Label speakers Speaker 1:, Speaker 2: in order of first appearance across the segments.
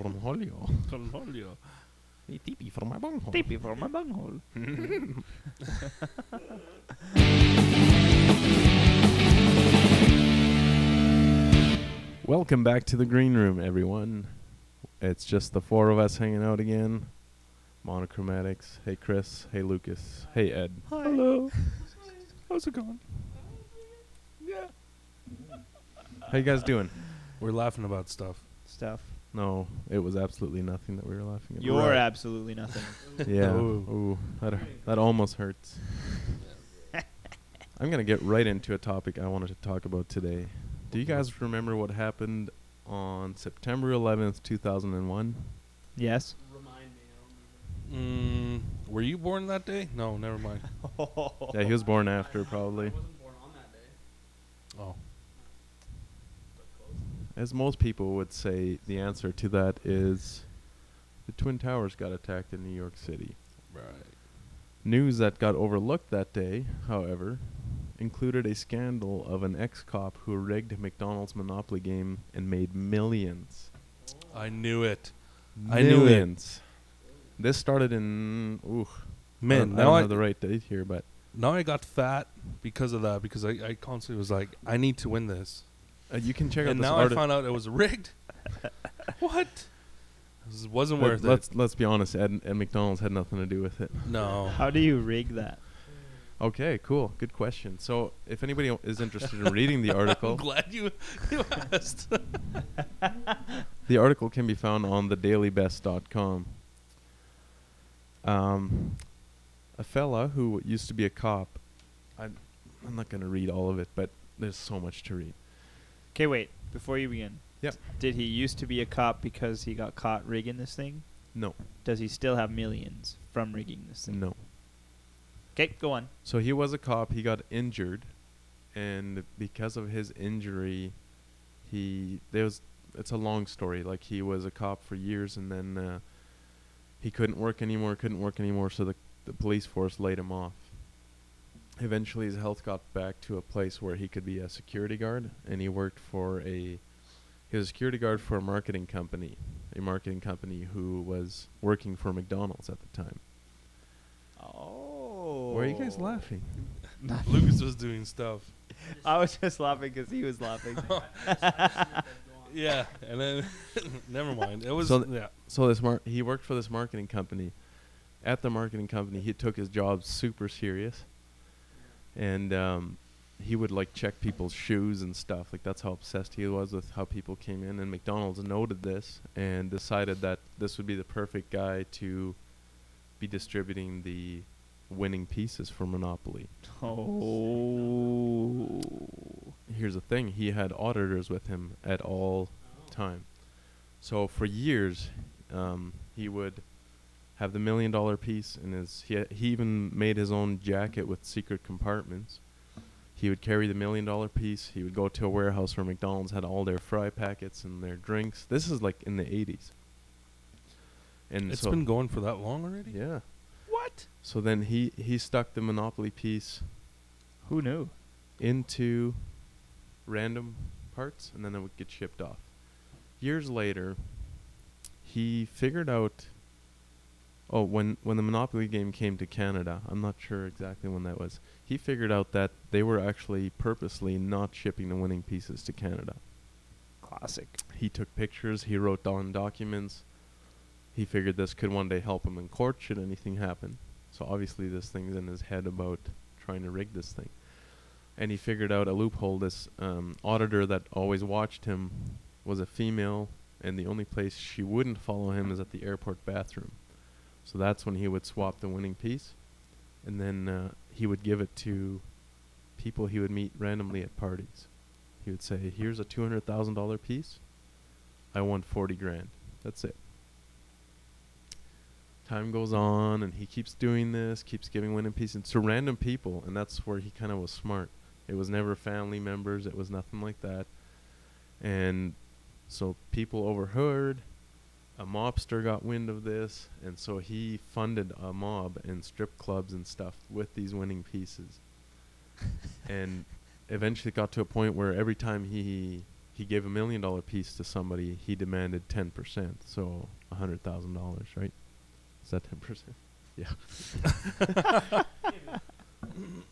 Speaker 1: Cornholio.
Speaker 2: Cornholio.
Speaker 1: Hey, tippy for my bunghole.
Speaker 3: Tippy for my bunghole.
Speaker 1: Welcome back to the green room, everyone. It's just the four of us hanging out again. Monochromatics. Hey, Chris. Hey, Lucas. Hey, Ed.
Speaker 3: Hello.
Speaker 2: How's it going?
Speaker 1: How you guys doing?
Speaker 2: We're laughing about stuff.
Speaker 3: Stuff.
Speaker 1: No, it was absolutely nothing that we were laughing about.
Speaker 3: You're
Speaker 2: Right.
Speaker 3: absolutely nothing.
Speaker 1: Yeah. Ooh,
Speaker 2: Ooh.
Speaker 1: that hu- that almost hurts. I'm gonna get right into a topic I wanted to talk about today. Do you guys remember what happened on September 11th, 2001?
Speaker 3: yes.
Speaker 2: Mm, were you born that day? No, never mind.
Speaker 1: Yeah, he was born after probably,
Speaker 2: Oh,
Speaker 1: as most people would say. The answer to that is the twin towers got attacked in New York City.
Speaker 2: right.
Speaker 1: News that got overlooked that day, however, included a scandal of an ex-cop who rigged McDonald's Monopoly game and made millions.
Speaker 2: I knew it. I knew it.
Speaker 1: Millions. This started in ooh, I
Speaker 2: Man,
Speaker 1: don't, I
Speaker 2: now
Speaker 1: don't
Speaker 2: I,
Speaker 1: have the right date here, but
Speaker 2: now I got fat because of that because I, I constantly was like, I need to win this.
Speaker 1: uh, you can check out
Speaker 2: And
Speaker 1: this
Speaker 2: now I
Speaker 1: article.
Speaker 2: found out it was rigged. what? This wasn't worth
Speaker 1: let's let's be honest, Ed, Ed McDonald's had nothing to do with it.
Speaker 2: it. No.
Speaker 3: How do you rig that?
Speaker 1: Okay, cool. Good question. So, if anybody o- is interested in reading the
Speaker 2: I'm
Speaker 1: article,
Speaker 2: glad you, you asked.
Speaker 1: The article can be found on thedailybest.com. Um, a fella who used to be a cop, I'm, I'm not going to read all of it, but there's so much to read.
Speaker 3: Okay, wait. Before you begin.
Speaker 1: Yep.
Speaker 3: Did he used to be a cop because he got caught rigging this thing?
Speaker 1: No,
Speaker 3: Does he still have millions from rigging this thing?
Speaker 1: no.
Speaker 3: Okay, go on.
Speaker 1: So he was a cop, he got injured, and because of his injury, he there was it's a long story. Like he was a cop for years and then uh, he couldn't work anymore, couldn't work anymore, so the the police force laid him off. Eventually his health got back to a place where he could be a security guard and he worked for a he was a security guard for a marketing company, a marketing company who was working for McDonald's at the time.
Speaker 3: Oh.
Speaker 1: Why are you guys laughing?
Speaker 2: Lucas was doing stuff.
Speaker 3: I was just laughing because he was laughing.
Speaker 2: Yeah, and then never mind. It was
Speaker 1: So th-
Speaker 2: yeah.
Speaker 1: so this mar- he worked for this marketing company. At the marketing company, he took his job super serious, and um, he would like check people's shoes and stuff. Like that's how obsessed he was with how people came in. And McDonald's noted this and decided that this would be the perfect guy to be distributing the winning pieces for Monopoly.
Speaker 3: oh.
Speaker 1: Here's the thing: he had auditors with him at all time. So for years, um, he would have the million dollar piece in his. He, he even made his own jacket with secret compartments. He would carry the million dollar piece. He would go to a warehouse where McDonald's had all their fry packets and their drinks. This is like in the 80s. And
Speaker 2: It's
Speaker 1: so
Speaker 2: been going for that long already.
Speaker 1: yeah.
Speaker 3: What?
Speaker 1: So then he he stuck the monopoly piece
Speaker 3: Who knew?
Speaker 1: into random parts and then it would get shipped off. Years later, he figured out oh when when the Monopoly game came to Canada, I'm not sure exactly when that was. He figured out that they were actually purposely not shipping the winning pieces to Canada.
Speaker 3: Classic.
Speaker 1: He took pictures, he wrote down documents. He figured this could one day help him in court should anything happen. So obviously this thing's in his head about trying to rig this thing. And he figured out a loophole. This um, auditor that always watched him was a female, and the only place she wouldn't follow him is at the airport bathroom. So that's when he would swap the winning piece, and then uh, he would give it to people he would meet randomly at parties. He would say, "Here's a two hundred thousand dollar piece. I won forty grand. That's it." Time goes on, and he keeps doing this, keeps giving winning pieces to random people, and that's where he kind of was smart. It was never family members. It was nothing like that, and so people overheard. A mobster got wind of this, and so he funded a mob and strip clubs and stuff with these winning pieces and eventually got to a point where every time he he gave a million dollar piece to somebody. He demanded ten percent, so a hundred thousand dollars, right? Is that ten percent?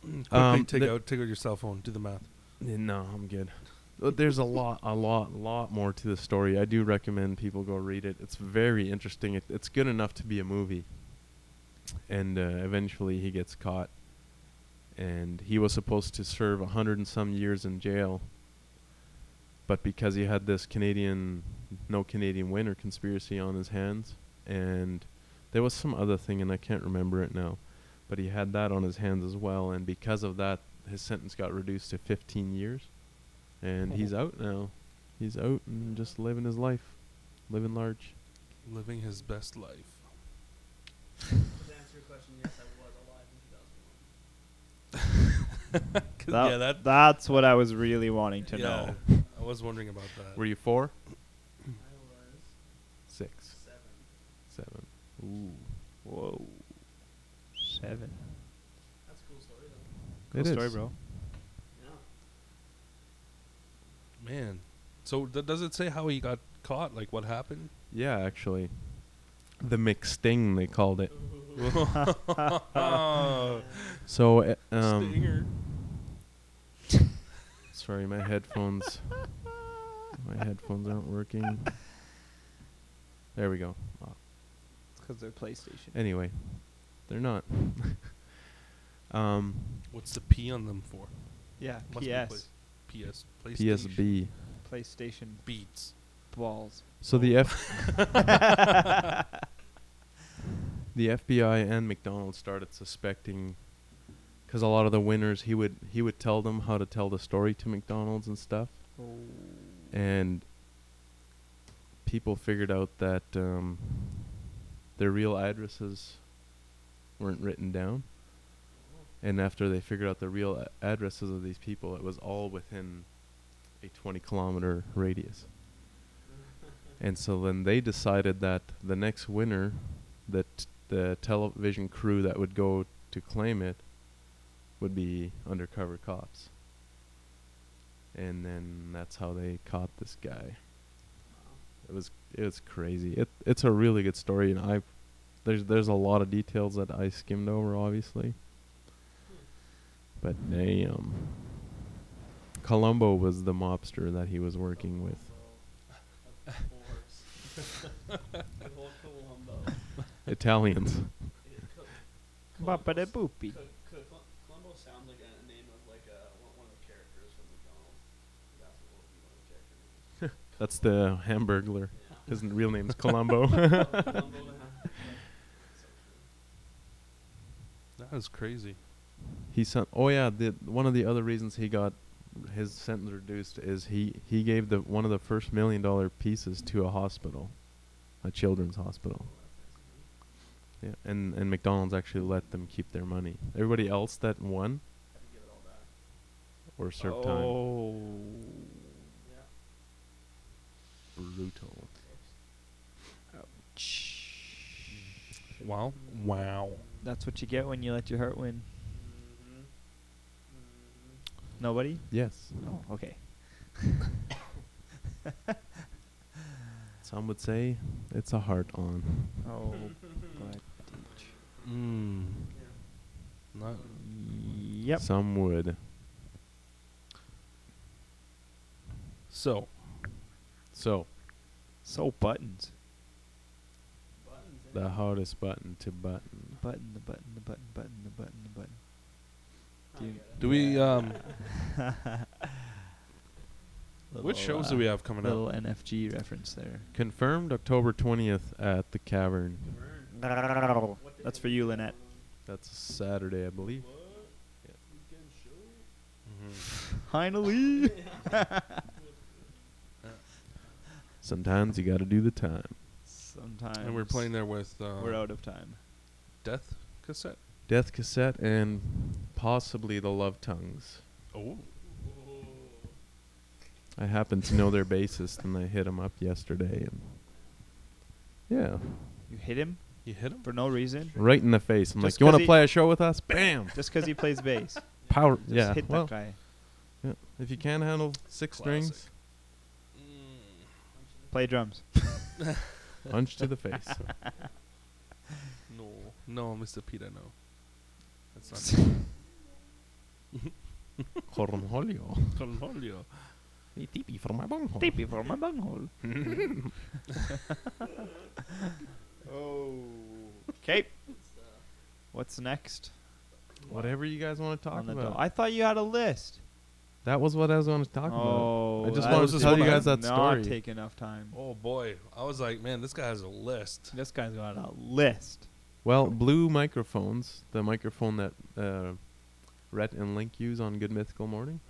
Speaker 2: Quickly
Speaker 1: Um,
Speaker 2: take
Speaker 1: the-
Speaker 2: out take out your cell phone. Do the math.
Speaker 1: Yeah, No, I'm good. Uh, There's a lot, a lot, lot more to the story. I do recommend people go read it. It's very interesting. It, it's good enough to be a movie. And uh, eventually he gets caught, and he was supposed to serve a hundred and some years in jail. But because he had this Canadian, no Canadian winner conspiracy on his hands, and there was some other thing, and I can't remember it now, but he had that on his hands as well. And because of that, his sentence got reduced to 15 years, and he's out now. He's out and just living his life, living large.
Speaker 2: Living his best life.
Speaker 3: That-
Speaker 2: yeah, that.
Speaker 3: That's what I was really wanting to know.
Speaker 2: yeah, I was wondering about that.
Speaker 1: Were you four? Six. Seven. Ooh.
Speaker 3: Whoa. Seven.
Speaker 1: It
Speaker 3: Cool story,
Speaker 1: is.
Speaker 3: bro.
Speaker 2: Man, so th- does it say how he got caught? Like what happened?
Speaker 1: Yeah, actually, the McSting they called it. So, uh, um,
Speaker 2: Stinger.
Speaker 1: sorry, my headphones, my headphones aren't working. There we go. Uh,
Speaker 3: It's because they're PlayStation.
Speaker 1: anyway, they're not. um,
Speaker 2: What's the P on them for?
Speaker 3: Yeah,
Speaker 2: Must be
Speaker 3: PS.
Speaker 2: play- PS. PlayStation.
Speaker 1: PSB.
Speaker 3: PlayStation
Speaker 2: Beats.
Speaker 3: balls.
Speaker 1: So the F the FBI and McDonald started suspecting because a lot of the winners he would he would tell them how to tell the story to McDonald's and stuff,
Speaker 3: Oh.
Speaker 1: and people figured out that um, their real addresses weren't written down, and after they figured out the real a- addresses of these people, it was all within a 20 kilometer radius. And so then they decided that the next winner, that the television crew that would go to claim it, would be undercover cops. And then that's how they caught this guy. It was it was crazy. It it's a really good story, and I there's there's a lot of details that I skimmed over, obviously. But they um, Columbo was the mobster that he was working with. Italians.
Speaker 3: Boppada boopy.
Speaker 4: Columbo sounds like a name of like a, one one of the characters from McDonald's. That's what would be one of the character names.
Speaker 1: That's the Hamburglar.
Speaker 4: Yeah.
Speaker 1: His real name's Columbo.
Speaker 4: Columbo the Ham-
Speaker 2: That is crazy.
Speaker 1: he sent. Oh yeah, the one of the other reasons he got his sentence reduced is he he gave the one of the first million dollar pieces to a hospital, a children's hospital. Yeah, and and McDonald's actually let them keep their money. Everybody else that won, or served time.
Speaker 3: Oh.
Speaker 1: Brutal.
Speaker 2: Wow. Wow.
Speaker 3: That's what you get when you let your heart win. Nobody?
Speaker 1: Yes,
Speaker 3: No. Okay.
Speaker 1: some would say it's a heart on.
Speaker 3: Oh.
Speaker 2: Mm. Not
Speaker 3: Um, Yep.
Speaker 1: Some would.
Speaker 2: so.
Speaker 1: So
Speaker 3: So buttons.
Speaker 4: Uh,
Speaker 1: the hardest button to button.
Speaker 3: Button the button the button button the button the button. Do you-
Speaker 2: Do we um?
Speaker 3: Little,
Speaker 2: Which shows
Speaker 3: uh,
Speaker 2: do we have coming
Speaker 3: Little
Speaker 2: up?
Speaker 3: NFG reference there.
Speaker 1: Confirmed October 20th at the Cavern.
Speaker 3: That's for you, Lynette.
Speaker 1: That's a Saturday, I believe.
Speaker 2: Mm-hmm.
Speaker 3: Finally.
Speaker 1: Sometimes you got to do the time.
Speaker 3: Sometimes.
Speaker 2: And we're playing there with uh,
Speaker 3: We're out of time.
Speaker 2: Death cassette.
Speaker 1: Death Cassette and possibly the Love Tongues.
Speaker 2: Oh.
Speaker 1: I happen to know their bassist and I hit him up yesterday and yeah,
Speaker 3: You hit him
Speaker 2: You hit him.
Speaker 3: for no reason,
Speaker 1: right in the face. I'm
Speaker 3: Just
Speaker 1: like, "You want
Speaker 3: 'cause
Speaker 1: to
Speaker 3: he-
Speaker 1: play a show with us?" Bam.
Speaker 3: just because he plays bass.
Speaker 1: Power.
Speaker 3: Just
Speaker 1: yeah.
Speaker 3: hit
Speaker 1: well,
Speaker 3: that guy.
Speaker 1: if you can handle six
Speaker 2: Classic.
Speaker 1: strings,
Speaker 3: Play drums.
Speaker 1: Punch to the face.
Speaker 2: No, no, Mr. Peter, no. That's not.
Speaker 1: Cornholio.
Speaker 2: Cornholio.
Speaker 1: Hey, tipi for my bunghole.
Speaker 3: Tippy for my bunghole. oh. Okay. What's next?
Speaker 1: Whatever you guys want to talk
Speaker 3: on the
Speaker 1: about.
Speaker 3: do- I thought you had a list.
Speaker 1: that was what I was going to talk about.
Speaker 3: Oh,
Speaker 1: I just
Speaker 3: that
Speaker 2: wanted
Speaker 3: was
Speaker 2: to
Speaker 3: the
Speaker 2: tell
Speaker 3: one
Speaker 2: you
Speaker 3: I
Speaker 1: guys that
Speaker 3: did not
Speaker 1: story.
Speaker 3: take enough time.
Speaker 2: Oh boy, I was like, man, this guy has a list.
Speaker 3: This guy's got a list.
Speaker 1: Well, Blue microphones, the microphone that uh, Rhett and Link use on Good Mythical Morning,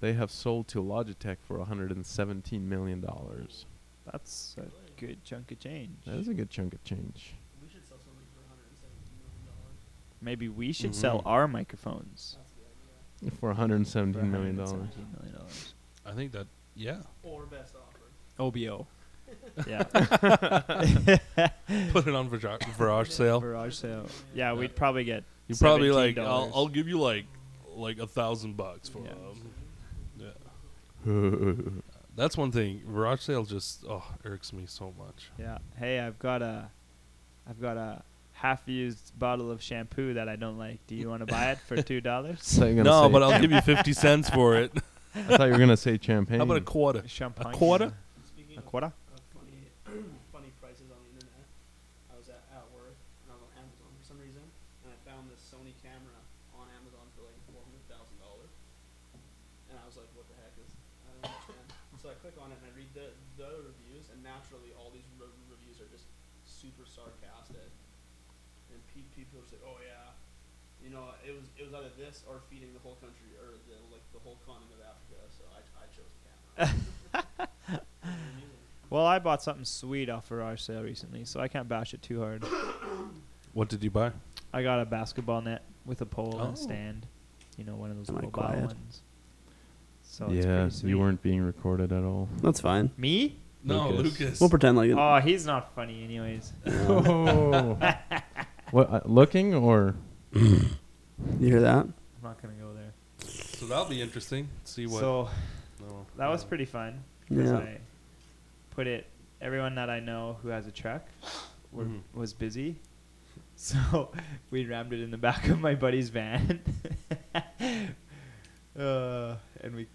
Speaker 1: they have sold to Logitech for 117 million dollars.
Speaker 3: That's a good chunk of change.
Speaker 1: That is a good chunk of change.
Speaker 4: We should sell something for 117 million dollars.
Speaker 3: Maybe we should
Speaker 1: Mm-hmm.
Speaker 3: sell
Speaker 2: Mhm.
Speaker 3: our microphones
Speaker 4: That's the idea.
Speaker 1: For
Speaker 3: for
Speaker 1: 117 million dollars.
Speaker 3: $117 million dollars.
Speaker 2: I think that, yeah.
Speaker 4: Or best offer.
Speaker 3: OBO. yeah.
Speaker 2: Put it on Virage, Virage sale.
Speaker 3: Garage sale. Yeah, we'd probably get.
Speaker 2: You probably like, I'll,
Speaker 3: $17.
Speaker 2: I'll give you like, like a thousand bucks for
Speaker 3: Yeah.
Speaker 2: them. Yeah.
Speaker 1: Who
Speaker 2: That's one thing. Virage sale just oh irks me so much.
Speaker 3: Yeah. Hey, I've got a, I've got a half-used bottle of shampoo that I don't like. Do you want to buy it for two dollars?
Speaker 1: thought you were gonna
Speaker 2: No,
Speaker 1: say-
Speaker 2: but I'll give you fifty cents for it.
Speaker 1: I thought you were gonna say champagne.
Speaker 2: How about a quarter?
Speaker 3: Champagne.
Speaker 2: quarter?
Speaker 4: Speaking
Speaker 3: A
Speaker 4: of
Speaker 3: quarter.
Speaker 4: of funny funny prices on the internet. I was at, at work and I was on Amazon for some reason, and I found this Sony camera on Amazon for like four hundred thousand dollars. And I was like, "What the heck is?" I don't understand. so I click on it and I read the the other reviews, and naturally, all these re- reviews are just super sarcastic. And pe- people are just like, "Oh yeah." You know, it was it was either this or feeding the whole country or the like the whole continent of Africa. So I, I chose the
Speaker 5: Eh,
Speaker 4: camera.
Speaker 3: Well, I bought something sweet off garage sale recently, so I can't bash it too hard.
Speaker 2: What did you buy?
Speaker 3: I got a basketball net with a pole and
Speaker 2: Oh.
Speaker 3: a stand. You know, one of those
Speaker 5: Am I
Speaker 3: little bottle
Speaker 5: quiet?
Speaker 3: ones. So Oh, it's
Speaker 1: Yeah,
Speaker 3: pretty sweet.
Speaker 1: you weren't being recorded at all.
Speaker 5: That's fine.
Speaker 3: me.
Speaker 2: No,
Speaker 1: Lucas.
Speaker 2: Lucas.
Speaker 5: We'll pretend like it.
Speaker 3: Oh, he's not funny, anyways.
Speaker 1: Oh. what? Uh, looking or
Speaker 5: You hear that?
Speaker 3: I'm not gonna go there.
Speaker 2: so that'll be interesting. See what.
Speaker 3: So
Speaker 2: no,
Speaker 3: that was
Speaker 2: no.
Speaker 3: pretty fun. because
Speaker 5: Yeah.
Speaker 3: I put it everyone that I know who has a truck were,
Speaker 2: Mhm.
Speaker 5: Mm-hmm.
Speaker 3: was busy. So we rammed it in the back of my buddy's van. uh, and we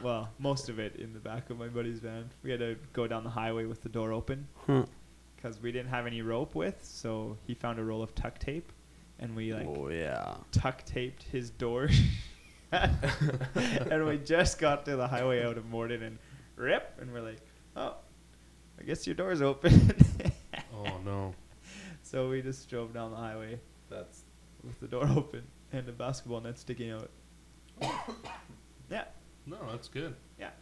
Speaker 3: well, most of it in the back of my buddy's van. We had to go down the highway with the door open
Speaker 5: Huh.
Speaker 3: cuz we didn't have any rope with, so he found a roll of tuck tape and we like
Speaker 5: oh yeah.
Speaker 3: tuck taped his door. and we just got to the highway out of Morden and rip, and we're like, oh, I guess your door's open.
Speaker 2: Oh no.
Speaker 3: so we just drove down the highway
Speaker 2: That's.
Speaker 3: with the door open and the basketball net sticking out. yeah,
Speaker 2: No, that's good.
Speaker 3: Yeah.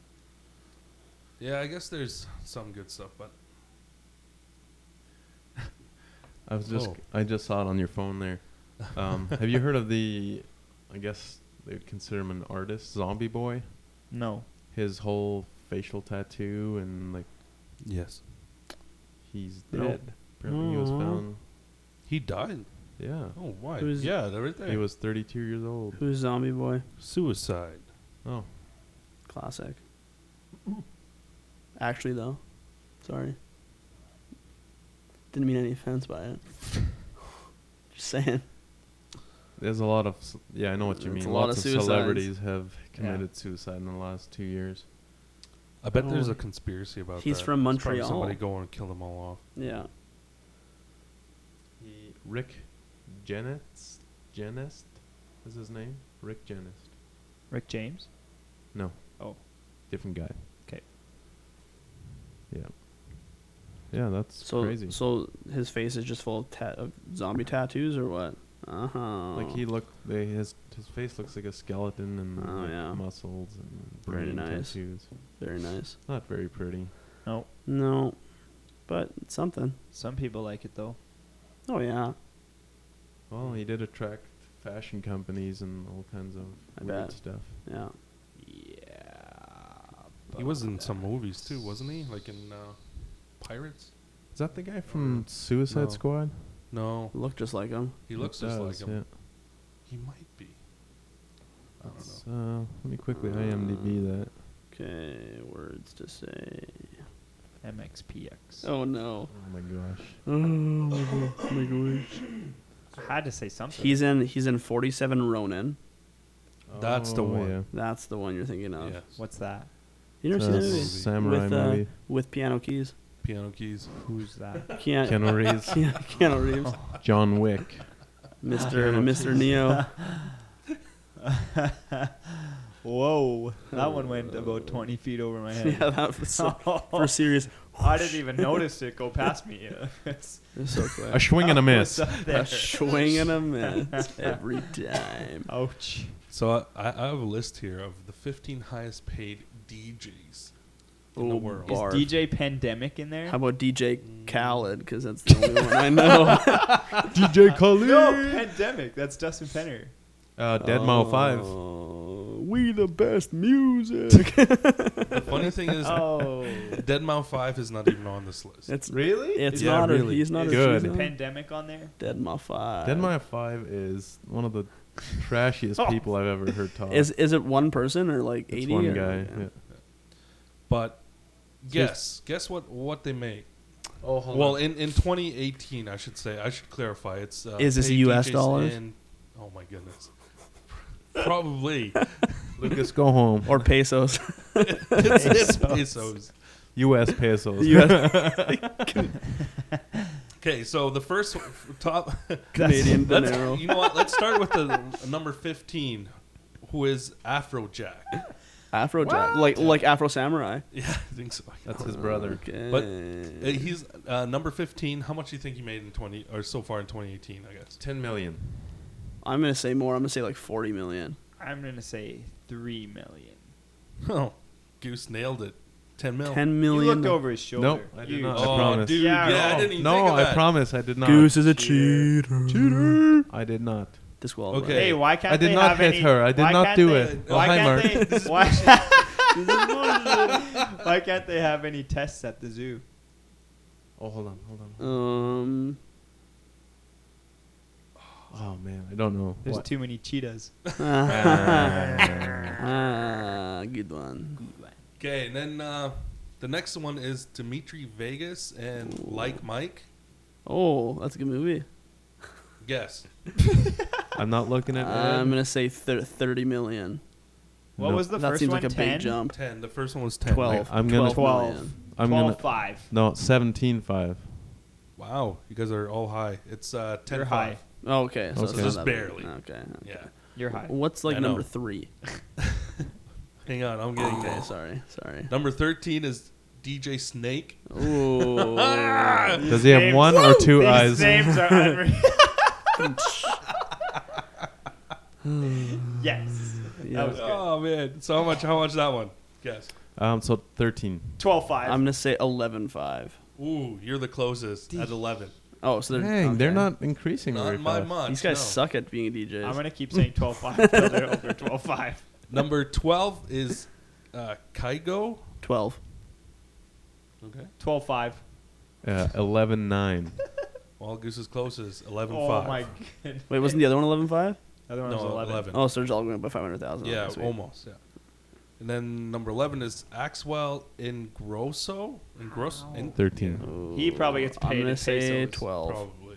Speaker 2: Yeah, I guess there's some good stuff, but
Speaker 1: I was just
Speaker 2: Oh.
Speaker 1: I just saw it on your phone there. Um, have you heard of the? I guess they would consider him an artist, Zombie Boy.
Speaker 3: no.
Speaker 1: His whole facial tattoo and like
Speaker 2: yes,
Speaker 1: he's
Speaker 5: Nope.
Speaker 1: dead. Apparently he was
Speaker 5: Aw.
Speaker 1: found.
Speaker 2: he died.
Speaker 1: Yeah,
Speaker 2: Oh, why?
Speaker 5: Who's-
Speaker 2: yeah, they're right there.
Speaker 1: he was 32 years old.
Speaker 5: Who's Zombie Boy?
Speaker 2: suicide.
Speaker 1: Oh,
Speaker 5: Classic. Actually, though, sorry. Didn't mean any offense by it. Just saying.
Speaker 1: there's a lot of c- yeah. I know what you
Speaker 5: That's
Speaker 1: mean.
Speaker 5: a lot
Speaker 1: Lots
Speaker 5: of
Speaker 1: of,
Speaker 5: suicides.
Speaker 1: celebrities have committed suicide in the last two years.
Speaker 2: I bet
Speaker 5: Oh.
Speaker 2: there's a conspiracy about
Speaker 5: He's
Speaker 2: that.
Speaker 5: from
Speaker 2: It's probably
Speaker 5: Montreal.
Speaker 2: Somebody go and kill them all off.
Speaker 5: Yeah.
Speaker 1: He, Rick Genest Genest is his name. Rick Genest.
Speaker 3: Rick James?
Speaker 1: No.
Speaker 3: Oh.
Speaker 1: Different guy.
Speaker 3: 'Kay.
Speaker 1: Yeah. Yeah, that's
Speaker 5: So
Speaker 1: crazy.
Speaker 5: so his face is just full of, ta- of zombie tattoos or what? Uh huh.
Speaker 1: like he look, they, his his face looks like a skeleton and
Speaker 5: Oh,
Speaker 1: like
Speaker 5: yeah.
Speaker 1: muscles and
Speaker 5: Very
Speaker 1: brain
Speaker 5: nice.
Speaker 1: tattoos.
Speaker 5: Very nice.
Speaker 1: Not very pretty.
Speaker 3: No.
Speaker 5: No, but it's something.
Speaker 3: Some people like it though.
Speaker 5: Oh yeah.
Speaker 1: Well, he did attract fashion companies and all kinds of
Speaker 5: I
Speaker 1: weird
Speaker 5: bet.
Speaker 1: stuff.
Speaker 5: Yeah.
Speaker 3: Yeah.
Speaker 2: He was in some movies too, wasn't he? Like in uh, Pirates.
Speaker 1: Is that the guy from Suicide
Speaker 2: No.
Speaker 1: Squad?
Speaker 2: No,
Speaker 5: Look just like him.
Speaker 2: he looks just like
Speaker 1: does,
Speaker 2: him.
Speaker 1: Yeah.
Speaker 2: He might be. I don't
Speaker 1: That's,
Speaker 2: know.
Speaker 5: Uh,
Speaker 1: uh, let me quickly IMDb that.
Speaker 5: Okay. Words to say.
Speaker 3: MXPX.
Speaker 5: Oh no.
Speaker 1: Oh my gosh.
Speaker 5: Oh my gosh.
Speaker 3: I had to say something.
Speaker 5: He's in. He's in 47 Ronin.
Speaker 2: That's the
Speaker 1: Oh,
Speaker 2: one.
Speaker 1: yeah.
Speaker 5: That's the one you're thinking of.
Speaker 2: Yes.
Speaker 3: What's that?
Speaker 5: You never seen that
Speaker 1: That's
Speaker 5: movie?
Speaker 1: Uh, samurai
Speaker 5: With, uh,
Speaker 1: movie.
Speaker 5: With piano keys.
Speaker 2: Piano keys.
Speaker 3: Who's that?
Speaker 5: Keanu,
Speaker 1: Keanu Reeves,
Speaker 5: Keanu, Keanu Reeves.
Speaker 1: John Wick.
Speaker 5: Mr. Mr. Neo.
Speaker 3: Whoa, that one went about 20 feet over my head.
Speaker 5: yeah, that was so, for serious.
Speaker 3: I didn't even notice it go past me. It's
Speaker 5: It's so
Speaker 1: A
Speaker 5: quick.
Speaker 1: swing and a miss.
Speaker 3: up
Speaker 5: A
Speaker 3: there.
Speaker 5: swing and a miss every time.
Speaker 3: Ouch.
Speaker 2: So I, I I have a list here of the 15 highest paid DJs in the
Speaker 5: Oh,
Speaker 2: world.
Speaker 5: bar. Barf.
Speaker 3: Is DJ Pandemic in there?
Speaker 5: How about DJ Khaled? Because that's the only one I know.
Speaker 1: DJ Khaled.
Speaker 3: no, Pandemic. That's Dustin Penner.
Speaker 1: Uh, Dead Mile Five.
Speaker 5: Oh, We the best music.
Speaker 2: The funny thing is,
Speaker 3: Oh.
Speaker 2: Dead Mouth Five is not even on this list.
Speaker 5: it's
Speaker 3: really?
Speaker 5: it's
Speaker 1: Yeah,
Speaker 5: not.
Speaker 1: really.
Speaker 5: A, he's not.
Speaker 1: It's
Speaker 5: A,
Speaker 1: good.
Speaker 5: she's not.
Speaker 3: Pandemic on there?
Speaker 5: Dead Ma Five.
Speaker 1: Dead Mile Five is one of the trashiest people I've ever heard talk.
Speaker 5: Is is it one person or like
Speaker 1: it's
Speaker 5: eighty?
Speaker 1: one
Speaker 5: or-
Speaker 1: guy. Yeah.
Speaker 2: But
Speaker 1: So it's-
Speaker 2: guess guess what what they make.
Speaker 1: Oh,
Speaker 2: well, in in 2018, I should say I should clarify. It's uh,
Speaker 5: Is this
Speaker 2: paid
Speaker 5: US
Speaker 2: DJs
Speaker 5: dollars?
Speaker 2: in- oh my goodness, probably
Speaker 1: Lucas, go home.
Speaker 5: Or pesos.
Speaker 2: it's,
Speaker 3: Pesos.
Speaker 2: it's pesos.
Speaker 1: U.S. pesos.
Speaker 5: US
Speaker 2: Okay, so the first f- top.
Speaker 5: Canadian
Speaker 2: Let's,
Speaker 5: dinero.
Speaker 2: you know what? Let's start with the number 15, who is Afrojack.
Speaker 5: Afrojack. Like like Afro Samurai.
Speaker 2: Yeah, I think so.
Speaker 1: That's his brother.
Speaker 5: Okay.
Speaker 2: But, Uh, He's uh, number 15. How much do you think he made in 20 or so far in 2018? I guess.
Speaker 1: Ten million.
Speaker 5: I'm gonna say more. I'm gonna say like forty million.
Speaker 3: I'm going to say 3 million.
Speaker 2: Oh, Goose nailed it. 10 mil.
Speaker 5: Ten
Speaker 3: You
Speaker 5: million.
Speaker 3: looked over his shoulder.
Speaker 1: Nope, I did
Speaker 3: You-
Speaker 1: not.
Speaker 2: Oh,
Speaker 1: I promise.
Speaker 2: dude.
Speaker 3: Yeah,
Speaker 2: Yeah,
Speaker 3: wrong.
Speaker 2: I didn't even think
Speaker 1: No,
Speaker 2: of
Speaker 1: I
Speaker 2: that.
Speaker 1: promise I did not.
Speaker 5: Goose is a
Speaker 3: Cheater.
Speaker 5: cheater.
Speaker 1: Cheater. I did not.
Speaker 5: Disqualified.
Speaker 2: Okay.
Speaker 3: Hey, why can't
Speaker 1: I did
Speaker 3: they
Speaker 1: not
Speaker 3: have
Speaker 1: hit
Speaker 3: any,
Speaker 1: her. I did
Speaker 3: why
Speaker 1: not
Speaker 3: can't
Speaker 1: do
Speaker 3: they-
Speaker 1: it.
Speaker 3: Why
Speaker 1: Oh, hi,
Speaker 3: can't
Speaker 1: Mark.
Speaker 3: they? Why, why can't they have any tests at the zoo?
Speaker 1: Oh, hold on, hold on. hold
Speaker 5: Um.
Speaker 1: on. Oh man, I don't know.
Speaker 3: There's
Speaker 1: What?
Speaker 3: too many cheetahs.
Speaker 1: Ah.
Speaker 5: Ah, good one.
Speaker 2: Okay, and then uh, the next one is Dimitri Vegas and Like Mike.
Speaker 5: Oh, that's a good movie.
Speaker 2: Guess.
Speaker 1: I'm not looking at.
Speaker 5: I'm gonna say thir- thirty million.
Speaker 3: What
Speaker 1: No.
Speaker 3: was the
Speaker 5: that
Speaker 3: first
Speaker 5: seems
Speaker 3: one?
Speaker 5: like a
Speaker 3: 10?
Speaker 5: big jump.
Speaker 2: 10. The first one was 10.
Speaker 5: Twelve.
Speaker 1: I'm gonna-
Speaker 5: 12
Speaker 3: 12.
Speaker 5: million.
Speaker 1: Oh, I'm
Speaker 3: 12,
Speaker 1: gonna.
Speaker 3: 5.
Speaker 1: No, seventeen five.
Speaker 2: Wow, you guys are all high. It's uh, 10
Speaker 3: You're high.
Speaker 5: Oh, okay, so
Speaker 1: Okay.
Speaker 5: it's
Speaker 1: So
Speaker 5: not
Speaker 2: just
Speaker 5: that big.
Speaker 2: barely.
Speaker 5: Okay.
Speaker 2: Yeah.
Speaker 3: You're high.
Speaker 5: What's like
Speaker 2: I
Speaker 5: number
Speaker 2: know.
Speaker 5: three? Oh.
Speaker 2: Hang on, I'm getting
Speaker 5: Okay,
Speaker 2: there.
Speaker 5: sorry, sorry.
Speaker 2: Number 13 is DJ Snake.
Speaker 5: Ooh.
Speaker 1: Does he have
Speaker 3: names-
Speaker 1: one or two
Speaker 3: These
Speaker 1: eyes?
Speaker 3: names are unreal. yes. That was
Speaker 5: yeah.
Speaker 3: good.
Speaker 2: Oh man. So how much how much that one? Guess.
Speaker 1: Um, so thirteen.
Speaker 3: 12 5.
Speaker 5: I'm gonna say eleven five.
Speaker 2: Ooh, you're the closest at 11.
Speaker 5: Oh, so they're
Speaker 1: Dang, they're
Speaker 5: okay.
Speaker 1: not increasing
Speaker 2: Not
Speaker 1: very
Speaker 2: my
Speaker 1: fast.
Speaker 2: much.
Speaker 5: These guys
Speaker 2: no.
Speaker 5: suck at being DJs.
Speaker 3: I'm gonna keep saying 12 5 until they're over 12 5.
Speaker 2: Number 12 is uh, Kygo.
Speaker 5: Twelve.
Speaker 2: Okay.
Speaker 3: 12 5.
Speaker 1: Uh, Eleven nine.
Speaker 2: Well, Goose is closest. 11
Speaker 3: Oh
Speaker 2: 5.
Speaker 3: my goodness.
Speaker 5: Wait, wasn't the other one eleven five?
Speaker 3: the other one
Speaker 2: no,
Speaker 3: was 11.
Speaker 2: 11.
Speaker 5: Oh, so they're all going up by five hundred thousand.
Speaker 2: yeah,
Speaker 5: okay, sweet.
Speaker 2: almost. Yeah. And then number 11 is Axwell Ingrosso. Ingrosso? In-
Speaker 1: Thirteen.
Speaker 3: He probably gets
Speaker 5: I'm
Speaker 3: paid
Speaker 5: gonna
Speaker 3: in
Speaker 5: say
Speaker 3: pesos.
Speaker 5: twelve.
Speaker 2: Probably.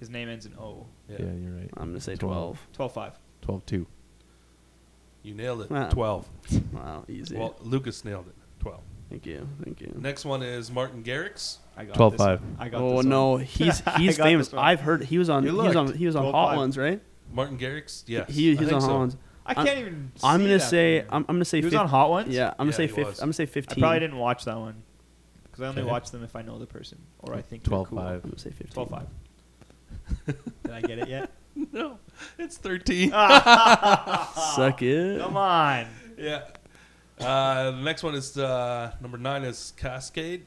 Speaker 3: His name ends in O.
Speaker 2: Yeah.
Speaker 1: Yeah, you're right.
Speaker 5: I'm gonna say
Speaker 1: Twelve.
Speaker 3: 12
Speaker 5: twelve.
Speaker 3: 5.
Speaker 1: Twelve two.
Speaker 2: You nailed it.
Speaker 5: Wow.
Speaker 2: 12.
Speaker 5: Wow, easy.
Speaker 2: Well, Lucas nailed it. 12.
Speaker 5: thank you, thank you.
Speaker 2: Next one is Martin Garrix.
Speaker 3: I got
Speaker 1: 12
Speaker 3: this
Speaker 1: 5.
Speaker 3: one. I got
Speaker 5: Oh
Speaker 3: this
Speaker 5: no,
Speaker 3: one.
Speaker 5: he's
Speaker 3: I
Speaker 5: he's
Speaker 3: got
Speaker 5: famous.
Speaker 3: this one.
Speaker 5: I've heard he was on he
Speaker 1: You
Speaker 5: was on
Speaker 1: looked.
Speaker 5: he was on
Speaker 3: Twelve
Speaker 5: Hot
Speaker 3: five.
Speaker 5: Ones, right?
Speaker 2: Martin Garrix? Yes.
Speaker 5: He,
Speaker 2: I
Speaker 5: he's
Speaker 2: think
Speaker 5: on Hot
Speaker 2: so.
Speaker 5: Ones.
Speaker 3: I can't even.
Speaker 5: I'm
Speaker 3: see that
Speaker 5: gonna say
Speaker 3: thing.
Speaker 5: I'm, I'm gonna say
Speaker 3: He was
Speaker 5: 15.
Speaker 3: on Hot Ones?
Speaker 5: yeah. I'm gonna
Speaker 2: Yeah,
Speaker 5: say
Speaker 2: he
Speaker 5: 15. I'm
Speaker 2: was.
Speaker 5: gonna say
Speaker 3: I
Speaker 5: fifteen.
Speaker 3: probably didn't watch that one. Because I only
Speaker 1: Okay.
Speaker 3: watch them if I know the person or I think
Speaker 1: 12
Speaker 3: they're cool.
Speaker 1: 5.
Speaker 5: I'm gonna say fifteen.
Speaker 3: 12 5. Did I get it yet?
Speaker 2: No, it's 13.
Speaker 5: Suck it.
Speaker 3: Come on.
Speaker 2: yeah. Uh, the next one is uh, number nine is Cascade.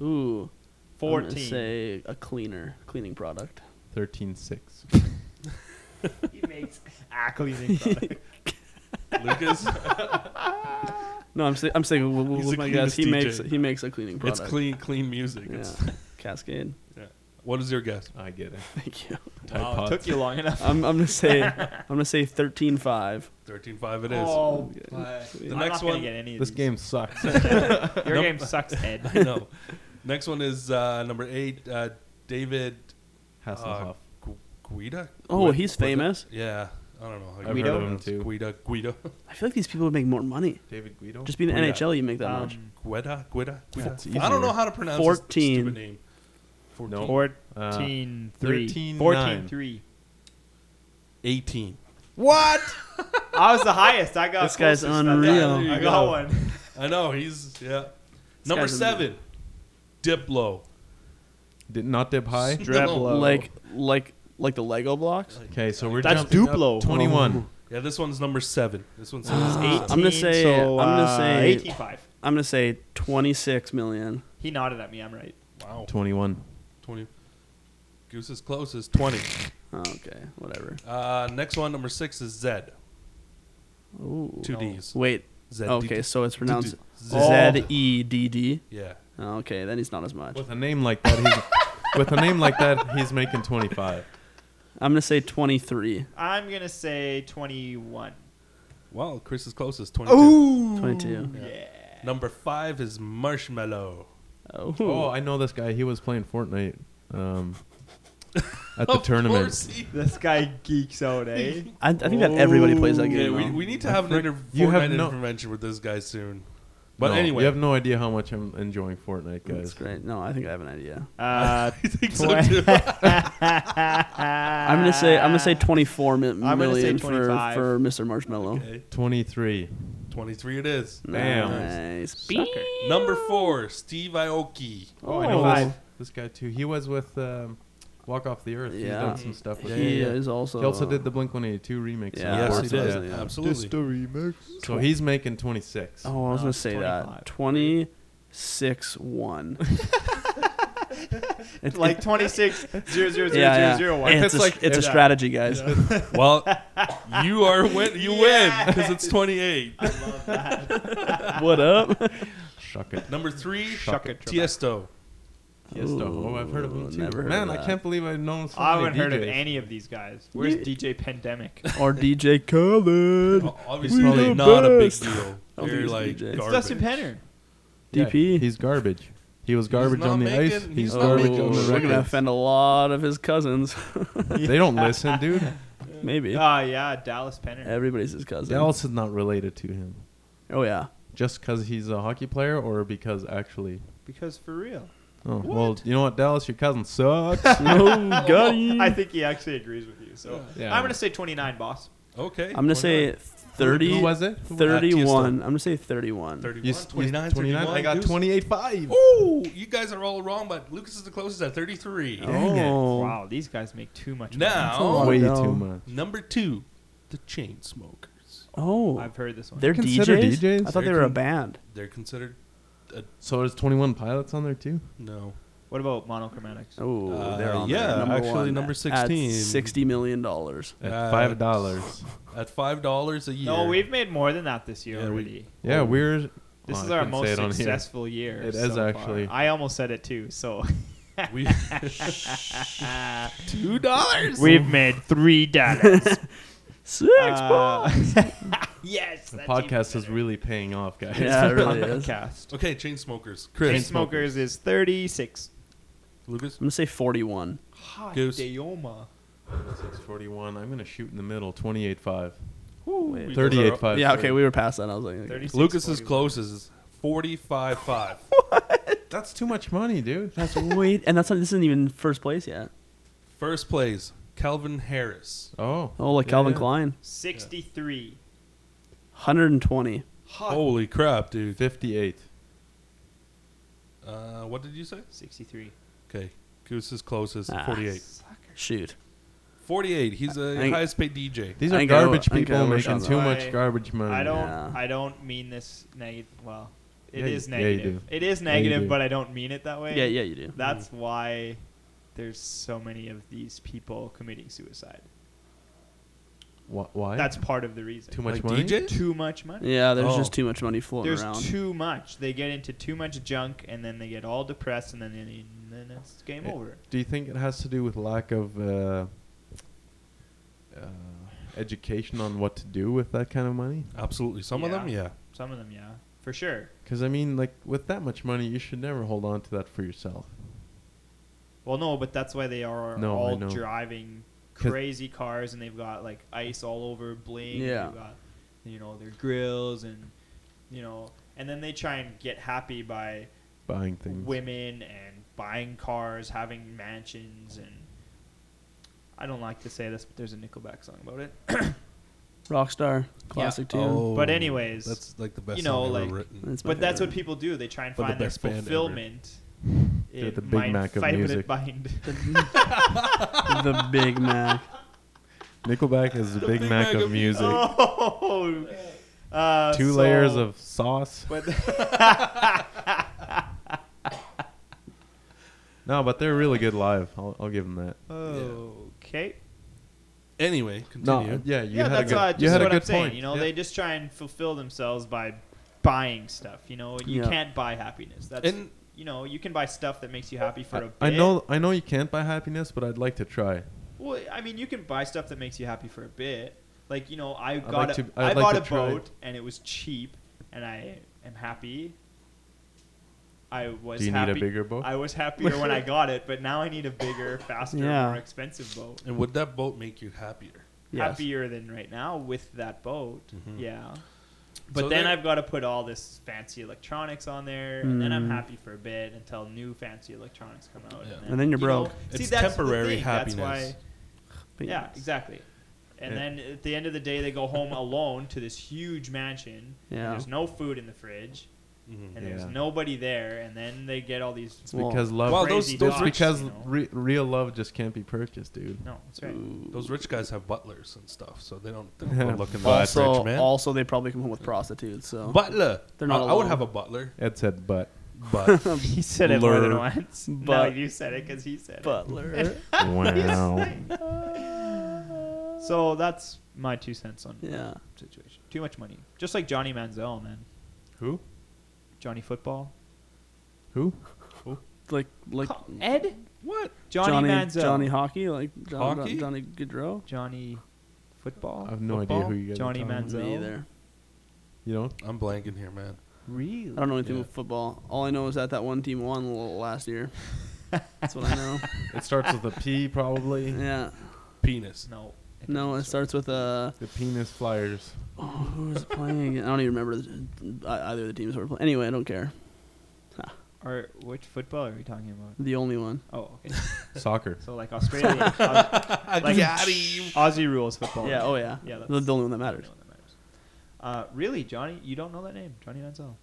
Speaker 5: Ooh. I'm
Speaker 3: 14.
Speaker 5: gonna say a cleaner, cleaning product.
Speaker 1: 13 6.
Speaker 3: He makes a cleaning product.
Speaker 2: Lucas,
Speaker 5: No, I'm saying I'm saying with,
Speaker 2: He's
Speaker 5: with
Speaker 2: the
Speaker 5: my guess he
Speaker 2: cleanest
Speaker 5: makes
Speaker 2: DJ.
Speaker 5: he makes a cleaning
Speaker 2: it's
Speaker 5: product.
Speaker 2: clean, clean music.
Speaker 5: Yeah.
Speaker 2: It's
Speaker 5: Cascade.
Speaker 2: What is your guess?
Speaker 1: I get it.
Speaker 5: Thank you.
Speaker 1: Tide
Speaker 3: Wow, Oh, it
Speaker 1: Pods.
Speaker 3: took you long enough.
Speaker 5: I'm, I'm gonna say I'm gonna say thirteen five.
Speaker 2: Thirteen five. It is.
Speaker 3: Oh,
Speaker 2: The
Speaker 3: I'm not
Speaker 2: next
Speaker 3: gonna
Speaker 2: one.
Speaker 3: Get any of
Speaker 1: This
Speaker 3: these.
Speaker 1: game sucks.
Speaker 3: Your
Speaker 2: Nope.
Speaker 3: game sucks, Ed.
Speaker 2: I know. Next one is uh, number eight. Uh, David
Speaker 1: Hasselhoff.
Speaker 2: Gu- Guida.
Speaker 5: Oh,
Speaker 2: Guid-
Speaker 5: he's
Speaker 2: Guida?
Speaker 5: famous.
Speaker 2: Yeah, I don't know.
Speaker 1: I've
Speaker 3: Guido?
Speaker 1: heard of him too.
Speaker 2: Guida, Guida,
Speaker 5: I feel like these people would make more money.
Speaker 1: David Guido.
Speaker 5: Just being in
Speaker 2: Yeah.
Speaker 5: NHL, you make that much.
Speaker 3: Um,
Speaker 2: Guida, Guida,
Speaker 1: That's
Speaker 2: Guida. I don't know
Speaker 1: easier.
Speaker 2: how to pronounce
Speaker 5: Fourteen.
Speaker 2: this stupid name. Fourteen.
Speaker 1: Nope.
Speaker 3: 14 3.
Speaker 1: 13,
Speaker 3: 14
Speaker 1: nine.
Speaker 3: 3.
Speaker 2: Eighteen.
Speaker 3: What? I was the highest. I got
Speaker 5: This guy's
Speaker 3: closest that
Speaker 5: unreal.
Speaker 3: time.
Speaker 2: There
Speaker 3: I
Speaker 2: you
Speaker 3: got
Speaker 2: go.
Speaker 3: one.
Speaker 2: I know he's yeah. number
Speaker 5: guy's a-
Speaker 2: seven, Diplo.
Speaker 1: Did not dip high.
Speaker 3: Dreblo.
Speaker 5: Like like like the Lego blocks.
Speaker 1: Okay, so we're
Speaker 3: That's
Speaker 1: jumping up
Speaker 3: Duplo.
Speaker 1: 21.
Speaker 2: Yeah, this one's number seven. This one's
Speaker 5: Ah.
Speaker 2: number
Speaker 5: I'm gonna
Speaker 3: 18,
Speaker 5: say-
Speaker 3: So,
Speaker 5: I'm gonna
Speaker 3: uh,
Speaker 5: say-
Speaker 3: 18 5.
Speaker 5: I'm gonna say twenty six million.
Speaker 3: He nodded at me. I'm right.
Speaker 2: Wow,
Speaker 1: 21.
Speaker 2: twenty. Goose is close is twenty.
Speaker 5: Oh, okay, whatever.
Speaker 2: Uh, next one, number six is Zed.
Speaker 5: Ooh.
Speaker 2: Two
Speaker 3: Oh.
Speaker 2: D's.
Speaker 5: Wait.
Speaker 2: Zed.
Speaker 5: Okay, so it's pronounced
Speaker 2: Zed.
Speaker 5: Z E D D. Oh,
Speaker 2: Yeah.
Speaker 5: Okay, then he's not as much.
Speaker 1: With a name like that, he's with a name like that, he's making 25.
Speaker 5: I'm gonna say twenty three.
Speaker 3: I'm going to say 21.
Speaker 2: Well, Chris is close is twenty-two.
Speaker 3: Ooh.
Speaker 5: 22.
Speaker 3: Yeah.
Speaker 2: Number five is Marshmallow.
Speaker 5: Oh,
Speaker 1: Oh, I know this guy. He was playing Fortnite um, at the tournament.
Speaker 2: Course he-
Speaker 3: This guy geeks out, eh?
Speaker 5: I, I think that everybody plays that
Speaker 2: Yeah,
Speaker 5: game.
Speaker 2: we,
Speaker 5: though.
Speaker 2: we need to
Speaker 1: I
Speaker 2: have an
Speaker 1: fr-
Speaker 2: inter-
Speaker 1: you
Speaker 2: Fortnite
Speaker 1: have no-
Speaker 2: intervention with this guy soon. But
Speaker 1: No,
Speaker 2: anyway,
Speaker 1: you have no idea how much I'm enjoying Fortnite,
Speaker 5: That's
Speaker 1: guys.
Speaker 5: great. No, I think I have an idea.
Speaker 3: Uh,
Speaker 2: I think so too.
Speaker 5: I'm
Speaker 3: I'm
Speaker 5: gonna say I'm gonna say 24 mi-
Speaker 3: Ah. gonna
Speaker 5: million
Speaker 3: say
Speaker 5: for
Speaker 3: 25.
Speaker 5: for Mr. Marshmallow.
Speaker 2: Okay,
Speaker 1: 23.
Speaker 2: Twenty-three it is.
Speaker 1: Damn.
Speaker 5: Nice.
Speaker 3: Sucker.
Speaker 2: Number four, Steve Aoki.
Speaker 1: Oh, I
Speaker 3: Oh,
Speaker 1: know this,
Speaker 3: five.
Speaker 1: this guy too. He was with um, Walk Off the Earth. He's
Speaker 5: Yeah.
Speaker 1: done some stuff with
Speaker 5: He
Speaker 1: yeah, yeah.
Speaker 5: is also.
Speaker 1: He also did the Blink 182 remix. of Fortnite.
Speaker 5: Yeah,
Speaker 2: yes,
Speaker 5: Forza
Speaker 2: he
Speaker 5: is
Speaker 2: did.
Speaker 5: it, yeah.
Speaker 2: Absolutely.
Speaker 1: So he's making 26.
Speaker 5: Oh, I was
Speaker 3: No,
Speaker 5: gonna
Speaker 3: it's
Speaker 5: say
Speaker 3: 25.
Speaker 5: that. 26 one. It-
Speaker 3: like
Speaker 5: it-
Speaker 3: 26 zero, zero, zero,
Speaker 5: yeah, yeah.
Speaker 3: zero, zero, one.
Speaker 5: It's,
Speaker 1: It's
Speaker 5: a,
Speaker 1: like-
Speaker 5: it's a
Speaker 3: yeah.
Speaker 5: strategy, guys.
Speaker 2: Well, you are win. You win because it's twenty-eight.
Speaker 5: what up?
Speaker 1: Shuck it.
Speaker 2: Number three,
Speaker 1: Shuck it.
Speaker 2: Tiesto.
Speaker 1: Tiesto. Oh, I've heard of
Speaker 5: Ooh,
Speaker 1: him too.
Speaker 5: never heard
Speaker 1: Man,
Speaker 5: of
Speaker 1: I
Speaker 5: that.
Speaker 1: can't believe I've known so
Speaker 3: I
Speaker 1: many
Speaker 3: haven't heard of
Speaker 1: DJs.
Speaker 3: any of these guys. Where's
Speaker 5: Yeah.
Speaker 3: DJ Pandemic?
Speaker 5: Or DJ Khaled.
Speaker 2: Obviously,
Speaker 1: We
Speaker 2: probably
Speaker 1: the
Speaker 2: not a big
Speaker 5: best.
Speaker 2: deal.
Speaker 5: don't
Speaker 2: They're
Speaker 5: think
Speaker 2: like
Speaker 5: it's DJ. It's
Speaker 3: It's
Speaker 2: garbage.
Speaker 3: Dustin Penner.
Speaker 5: DP.
Speaker 1: He's garbage. He was garbage
Speaker 2: not
Speaker 1: on the
Speaker 2: making-
Speaker 1: ice.
Speaker 2: he's
Speaker 1: He's,
Speaker 2: not
Speaker 5: Oh,
Speaker 1: garbage
Speaker 2: making
Speaker 1: on the
Speaker 5: we're gonna
Speaker 1: record.
Speaker 5: offend a lot of his cousins.
Speaker 1: They don't listen, dude.
Speaker 5: Maybe.
Speaker 3: Ah, yeah, Dallas Penner.
Speaker 5: Everybody's his cousin.
Speaker 1: Dallas is not related to him.
Speaker 5: Oh yeah.
Speaker 1: Just because he's a hockey player, or because actually.
Speaker 3: Because for real.
Speaker 1: Oh, well, you know what, Dallas, your cousin sucks.
Speaker 5: No, got him.
Speaker 3: I think he actually agrees with you. So
Speaker 1: Yeah.
Speaker 3: I'm going to say 29, boss.
Speaker 2: Okay.
Speaker 5: I'm gonna say 30.
Speaker 1: Who was it?
Speaker 5: Thirty-one. I'm gonna say thirty-one.
Speaker 2: 31,
Speaker 1: You, s- you,
Speaker 2: 29,
Speaker 1: 29? I got
Speaker 2: 20.
Speaker 1: 28.5.
Speaker 2: Ooh, you guys are all wrong, but Lucas is the closest at 33.
Speaker 1: Dang it.
Speaker 5: Oh,
Speaker 3: Wow, these guys make too much money.
Speaker 5: a lot.
Speaker 2: Now,
Speaker 1: Way
Speaker 5: no.
Speaker 1: too much.
Speaker 2: number two, the chain smokers.
Speaker 5: oh,
Speaker 3: I've heard this one.
Speaker 5: they're
Speaker 1: Considered
Speaker 5: DJs?
Speaker 1: DJs?
Speaker 5: I thought they
Speaker 2: They're
Speaker 5: were a
Speaker 2: con-
Speaker 5: band.
Speaker 2: They're considered
Speaker 1: So there's 21 pilots on there too.
Speaker 2: no.
Speaker 3: What about monochromatics?
Speaker 5: Oh,
Speaker 2: Uh,
Speaker 5: they're on
Speaker 2: yeah,
Speaker 5: there. Number
Speaker 2: actually
Speaker 5: one
Speaker 2: number
Speaker 5: at
Speaker 2: 16.
Speaker 5: Sixty million dollars.
Speaker 1: At
Speaker 2: Uh,
Speaker 1: five dollars.
Speaker 2: At five dollars a year.
Speaker 3: No, we've made more than that this year
Speaker 2: Yeah, we-
Speaker 3: already.
Speaker 1: Yeah,
Speaker 2: Oh.
Speaker 1: we're.
Speaker 3: This
Speaker 1: oh,
Speaker 3: is
Speaker 1: I
Speaker 3: our
Speaker 1: couldn't say
Speaker 3: most
Speaker 1: it on here.
Speaker 3: successful year.
Speaker 1: It
Speaker 3: so
Speaker 1: is
Speaker 3: far.
Speaker 1: actually.
Speaker 3: I almost said it too. So
Speaker 2: we
Speaker 3: two dollars. We've made three dollars.
Speaker 5: Six
Speaker 3: Uh,
Speaker 5: bucks.
Speaker 3: yes.
Speaker 1: The
Speaker 3: that's
Speaker 1: podcast
Speaker 3: even
Speaker 1: is
Speaker 3: better.
Speaker 1: really paying off, guys.
Speaker 5: Yeah, it really is. I'm
Speaker 3: podcast.
Speaker 2: okay. Chain smokers. Chris,
Speaker 3: Chain smokers is thirty six.
Speaker 2: Lucas,
Speaker 5: gonna say forty-one.
Speaker 2: Goose.
Speaker 3: Dioma.
Speaker 1: Six forty-one. I'm gonna shoot in the middle. Twenty-eight five.
Speaker 2: We
Speaker 1: Thirty-eight
Speaker 2: are-
Speaker 1: five.
Speaker 5: yeah, okay, we were past that. I was like, okay.
Speaker 2: Lucas is closest is forty-five five.
Speaker 1: That's too much money, dude.
Speaker 5: that's wait, and that's not. This isn't even first place yet.
Speaker 2: First place, Calvin Harris.
Speaker 1: Oh.
Speaker 5: Oh, like
Speaker 1: Yeah,
Speaker 5: Calvin
Speaker 1: yeah.
Speaker 5: Klein,
Speaker 3: Sixty three.
Speaker 5: hundred and twenty.
Speaker 1: Oh.
Speaker 2: Holy crap, dude!
Speaker 1: Fifty-eight.
Speaker 2: Uh, what did you say?
Speaker 3: Sixty three.
Speaker 2: Okay, Goose is closest.
Speaker 5: Ah.
Speaker 2: Forty-eight.
Speaker 5: Shoot,
Speaker 2: Forty-eight. He's the
Speaker 5: I think-
Speaker 2: highest paid DJ.
Speaker 1: These
Speaker 5: I
Speaker 1: are
Speaker 5: think I
Speaker 1: garbage
Speaker 5: will- I think I
Speaker 1: people
Speaker 5: will
Speaker 1: making
Speaker 5: shout
Speaker 1: too
Speaker 3: out.
Speaker 1: much
Speaker 3: I-
Speaker 1: garbage money.
Speaker 3: I don't.
Speaker 5: Yeah.
Speaker 3: I don't mean this negative. Well, it
Speaker 1: Yeah,
Speaker 3: is
Speaker 1: you- yeah, you
Speaker 3: negative.
Speaker 1: do.
Speaker 3: It is
Speaker 1: Yeah, you
Speaker 3: negative,
Speaker 1: do.
Speaker 3: but I don't mean it that way.
Speaker 5: yeah, yeah, you do.
Speaker 3: That's why there's so many of these people committing suicide.
Speaker 1: Wh- why?
Speaker 3: That's part of the reason.
Speaker 1: too much
Speaker 2: like
Speaker 1: money.
Speaker 2: DJs?
Speaker 3: Too much money.
Speaker 5: Yeah, there's
Speaker 2: Oh.
Speaker 5: just too much money floating
Speaker 3: There's
Speaker 5: around.
Speaker 3: too much. They get into too much junk, and then they get all depressed, and then, and then it's game
Speaker 1: Yeah.
Speaker 3: over.
Speaker 1: Do you think it has to do with lack of uh, uh, education on what to do with that kind of money?
Speaker 2: Absolutely. Some of
Speaker 3: Yeah.
Speaker 2: them, yeah.
Speaker 3: Some of them, yeah, for sure.
Speaker 1: Because I mean, like with that much money, you should never hold on to that for yourself.
Speaker 3: Well, no, but that's why they are
Speaker 1: No, I
Speaker 3: all
Speaker 1: know.
Speaker 3: driving
Speaker 1: 'Cause-
Speaker 3: crazy cars, and they've got like ice all over bling. and
Speaker 5: Yeah.
Speaker 3: They've got, you know, their grills, and you know, and then they try and get happy by
Speaker 1: Buying things.
Speaker 3: women and buying cars, having mansions, and I don't like to say this, but there's a Nickelback song about it.
Speaker 5: Rockstar, classic tune.
Speaker 3: But anyways,
Speaker 2: Oh, that's like the best
Speaker 3: you know,
Speaker 2: song ever
Speaker 3: like-
Speaker 2: written.
Speaker 5: That's
Speaker 3: Oh.
Speaker 5: my
Speaker 3: but that's what
Speaker 5: favorite.
Speaker 3: people do. They try and
Speaker 2: But the
Speaker 3: find their
Speaker 2: best band ever.
Speaker 3: fulfillment.
Speaker 1: They're the Big Mac of music.
Speaker 3: Bind.
Speaker 5: the Big Mac.
Speaker 1: Nickelback is the Big Mac of music.
Speaker 3: Oh, uh,
Speaker 1: Two layers
Speaker 3: so-
Speaker 1: of sauce.
Speaker 3: But
Speaker 1: No, but they're really good live. I'll, I'll give them that.
Speaker 3: okay,
Speaker 2: Anyway, continue.
Speaker 1: No, yeah, you
Speaker 3: yeah,
Speaker 1: had
Speaker 3: that's
Speaker 1: a good,
Speaker 3: uh, just
Speaker 1: you had
Speaker 3: what
Speaker 1: a good
Speaker 3: I'm saying.
Speaker 1: point.
Speaker 3: You know,
Speaker 2: Yeah.
Speaker 3: they just try and fulfill themselves by buying stuff. You know, you
Speaker 5: Yeah.
Speaker 3: can't buy happiness. That's
Speaker 2: and
Speaker 3: you know, you can buy stuff that makes you happy for a bit.
Speaker 1: I, I know, I know you can't buy happiness, but I'd like to try.
Speaker 3: Well, I mean, you can buy stuff that makes you happy for a bit. Like you know, I got
Speaker 1: like
Speaker 3: a,
Speaker 1: to- I'd
Speaker 3: I
Speaker 1: like
Speaker 3: bought
Speaker 1: to
Speaker 3: a
Speaker 1: try.
Speaker 3: boat and it was cheap, and I am happy. I was
Speaker 1: Do you
Speaker 3: happy.
Speaker 1: need a bigger boat?
Speaker 3: I was happier when I got it, but now I need a bigger, faster,
Speaker 5: Yeah.
Speaker 3: more expensive boat.
Speaker 2: and would that boat make you happier?
Speaker 5: Yes. Mm-hmm.
Speaker 3: Happier than right now with that boat.
Speaker 2: Mhm.
Speaker 3: Yeah. But
Speaker 2: So
Speaker 3: then
Speaker 2: there-
Speaker 3: I've got to put all this fancy electronics on there, and then I'm
Speaker 5: Mm.
Speaker 3: happy for a bit until new fancy electronics come out.
Speaker 2: Yeah.
Speaker 3: And, then,
Speaker 2: And
Speaker 5: then you're
Speaker 3: you know,
Speaker 5: broke.
Speaker 3: see,
Speaker 2: It's
Speaker 3: that's the
Speaker 2: temporary
Speaker 3: thing. That's why
Speaker 2: happiness.
Speaker 3: yeah, exactly. And
Speaker 1: Yeah.
Speaker 3: then at the end of the day, they go home alone to this huge mansion. and
Speaker 5: Yeah.
Speaker 3: there's no food in the fridge,
Speaker 2: Mhm.
Speaker 3: and there's
Speaker 1: Yeah.
Speaker 3: nobody there, and then they get all these.
Speaker 1: It's
Speaker 5: Well-
Speaker 1: because love.
Speaker 2: Well,
Speaker 3: those-
Speaker 1: it's
Speaker 3: those rich-
Speaker 1: because
Speaker 3: you know.
Speaker 1: re- real love just can't be purchased, dude.
Speaker 3: No, that's right.
Speaker 5: Ooh.
Speaker 2: Those rich guys have butlers and stuff, so they don't, they don't go
Speaker 1: Yeah.
Speaker 2: looking for that
Speaker 5: Also,
Speaker 2: rich man.
Speaker 5: also, they probably come home with prostitutes. So
Speaker 2: butler.
Speaker 5: They're not
Speaker 2: I, I would
Speaker 5: alone.
Speaker 2: have a butler,
Speaker 1: Ed said, but
Speaker 2: but
Speaker 3: He said it more than
Speaker 2: Blur.
Speaker 3: once. no,
Speaker 5: But-
Speaker 3: you said it because he said
Speaker 5: butler.
Speaker 1: wow.
Speaker 3: it. So that's my two cents on
Speaker 5: yeah.
Speaker 3: the situation. Too much money, just like Johnny Manziel, man.
Speaker 1: Who?
Speaker 3: Johnny Football.
Speaker 1: Who?
Speaker 5: Like like
Speaker 3: Co- Ed.
Speaker 2: what?
Speaker 3: Johnny,
Speaker 5: Johnny
Speaker 3: Manziel.
Speaker 5: Johnny hockey, like John,
Speaker 2: Hockey?
Speaker 5: Johnny Gaudreau.
Speaker 3: Johnny
Speaker 1: I
Speaker 3: Football.
Speaker 1: have no
Speaker 2: Football?
Speaker 1: idea who you guys
Speaker 3: Johnny
Speaker 1: are talking about.
Speaker 3: Manziel.
Speaker 5: Me either.
Speaker 1: You don't?
Speaker 2: I'm blanking here, man.
Speaker 3: Really?
Speaker 5: I don't know anything
Speaker 2: Yeah.
Speaker 5: about football. All I know is that that one team won l- last year. That's what I know.
Speaker 1: It starts with a P, probably.
Speaker 5: yeah.
Speaker 2: Penis.
Speaker 3: No.
Speaker 5: No,
Speaker 3: doesn't
Speaker 5: it starts with uh,
Speaker 1: The penis flyers.
Speaker 5: oh, who was playing? again? I don't even remember the, uh, either of the teams were playing. Anyway, I don't care.
Speaker 3: Or which football are we talking about?
Speaker 5: The only one.
Speaker 3: Oh, okay.
Speaker 1: Soccer.
Speaker 3: So like Australia, Aus- like Aussie rules football.
Speaker 5: Yeah. Oh yeah.
Speaker 3: yeah.
Speaker 5: The, the only one that matters.
Speaker 3: the only one that matters. Uh, really, Johnny? You don't know that name, Johnny Manziel?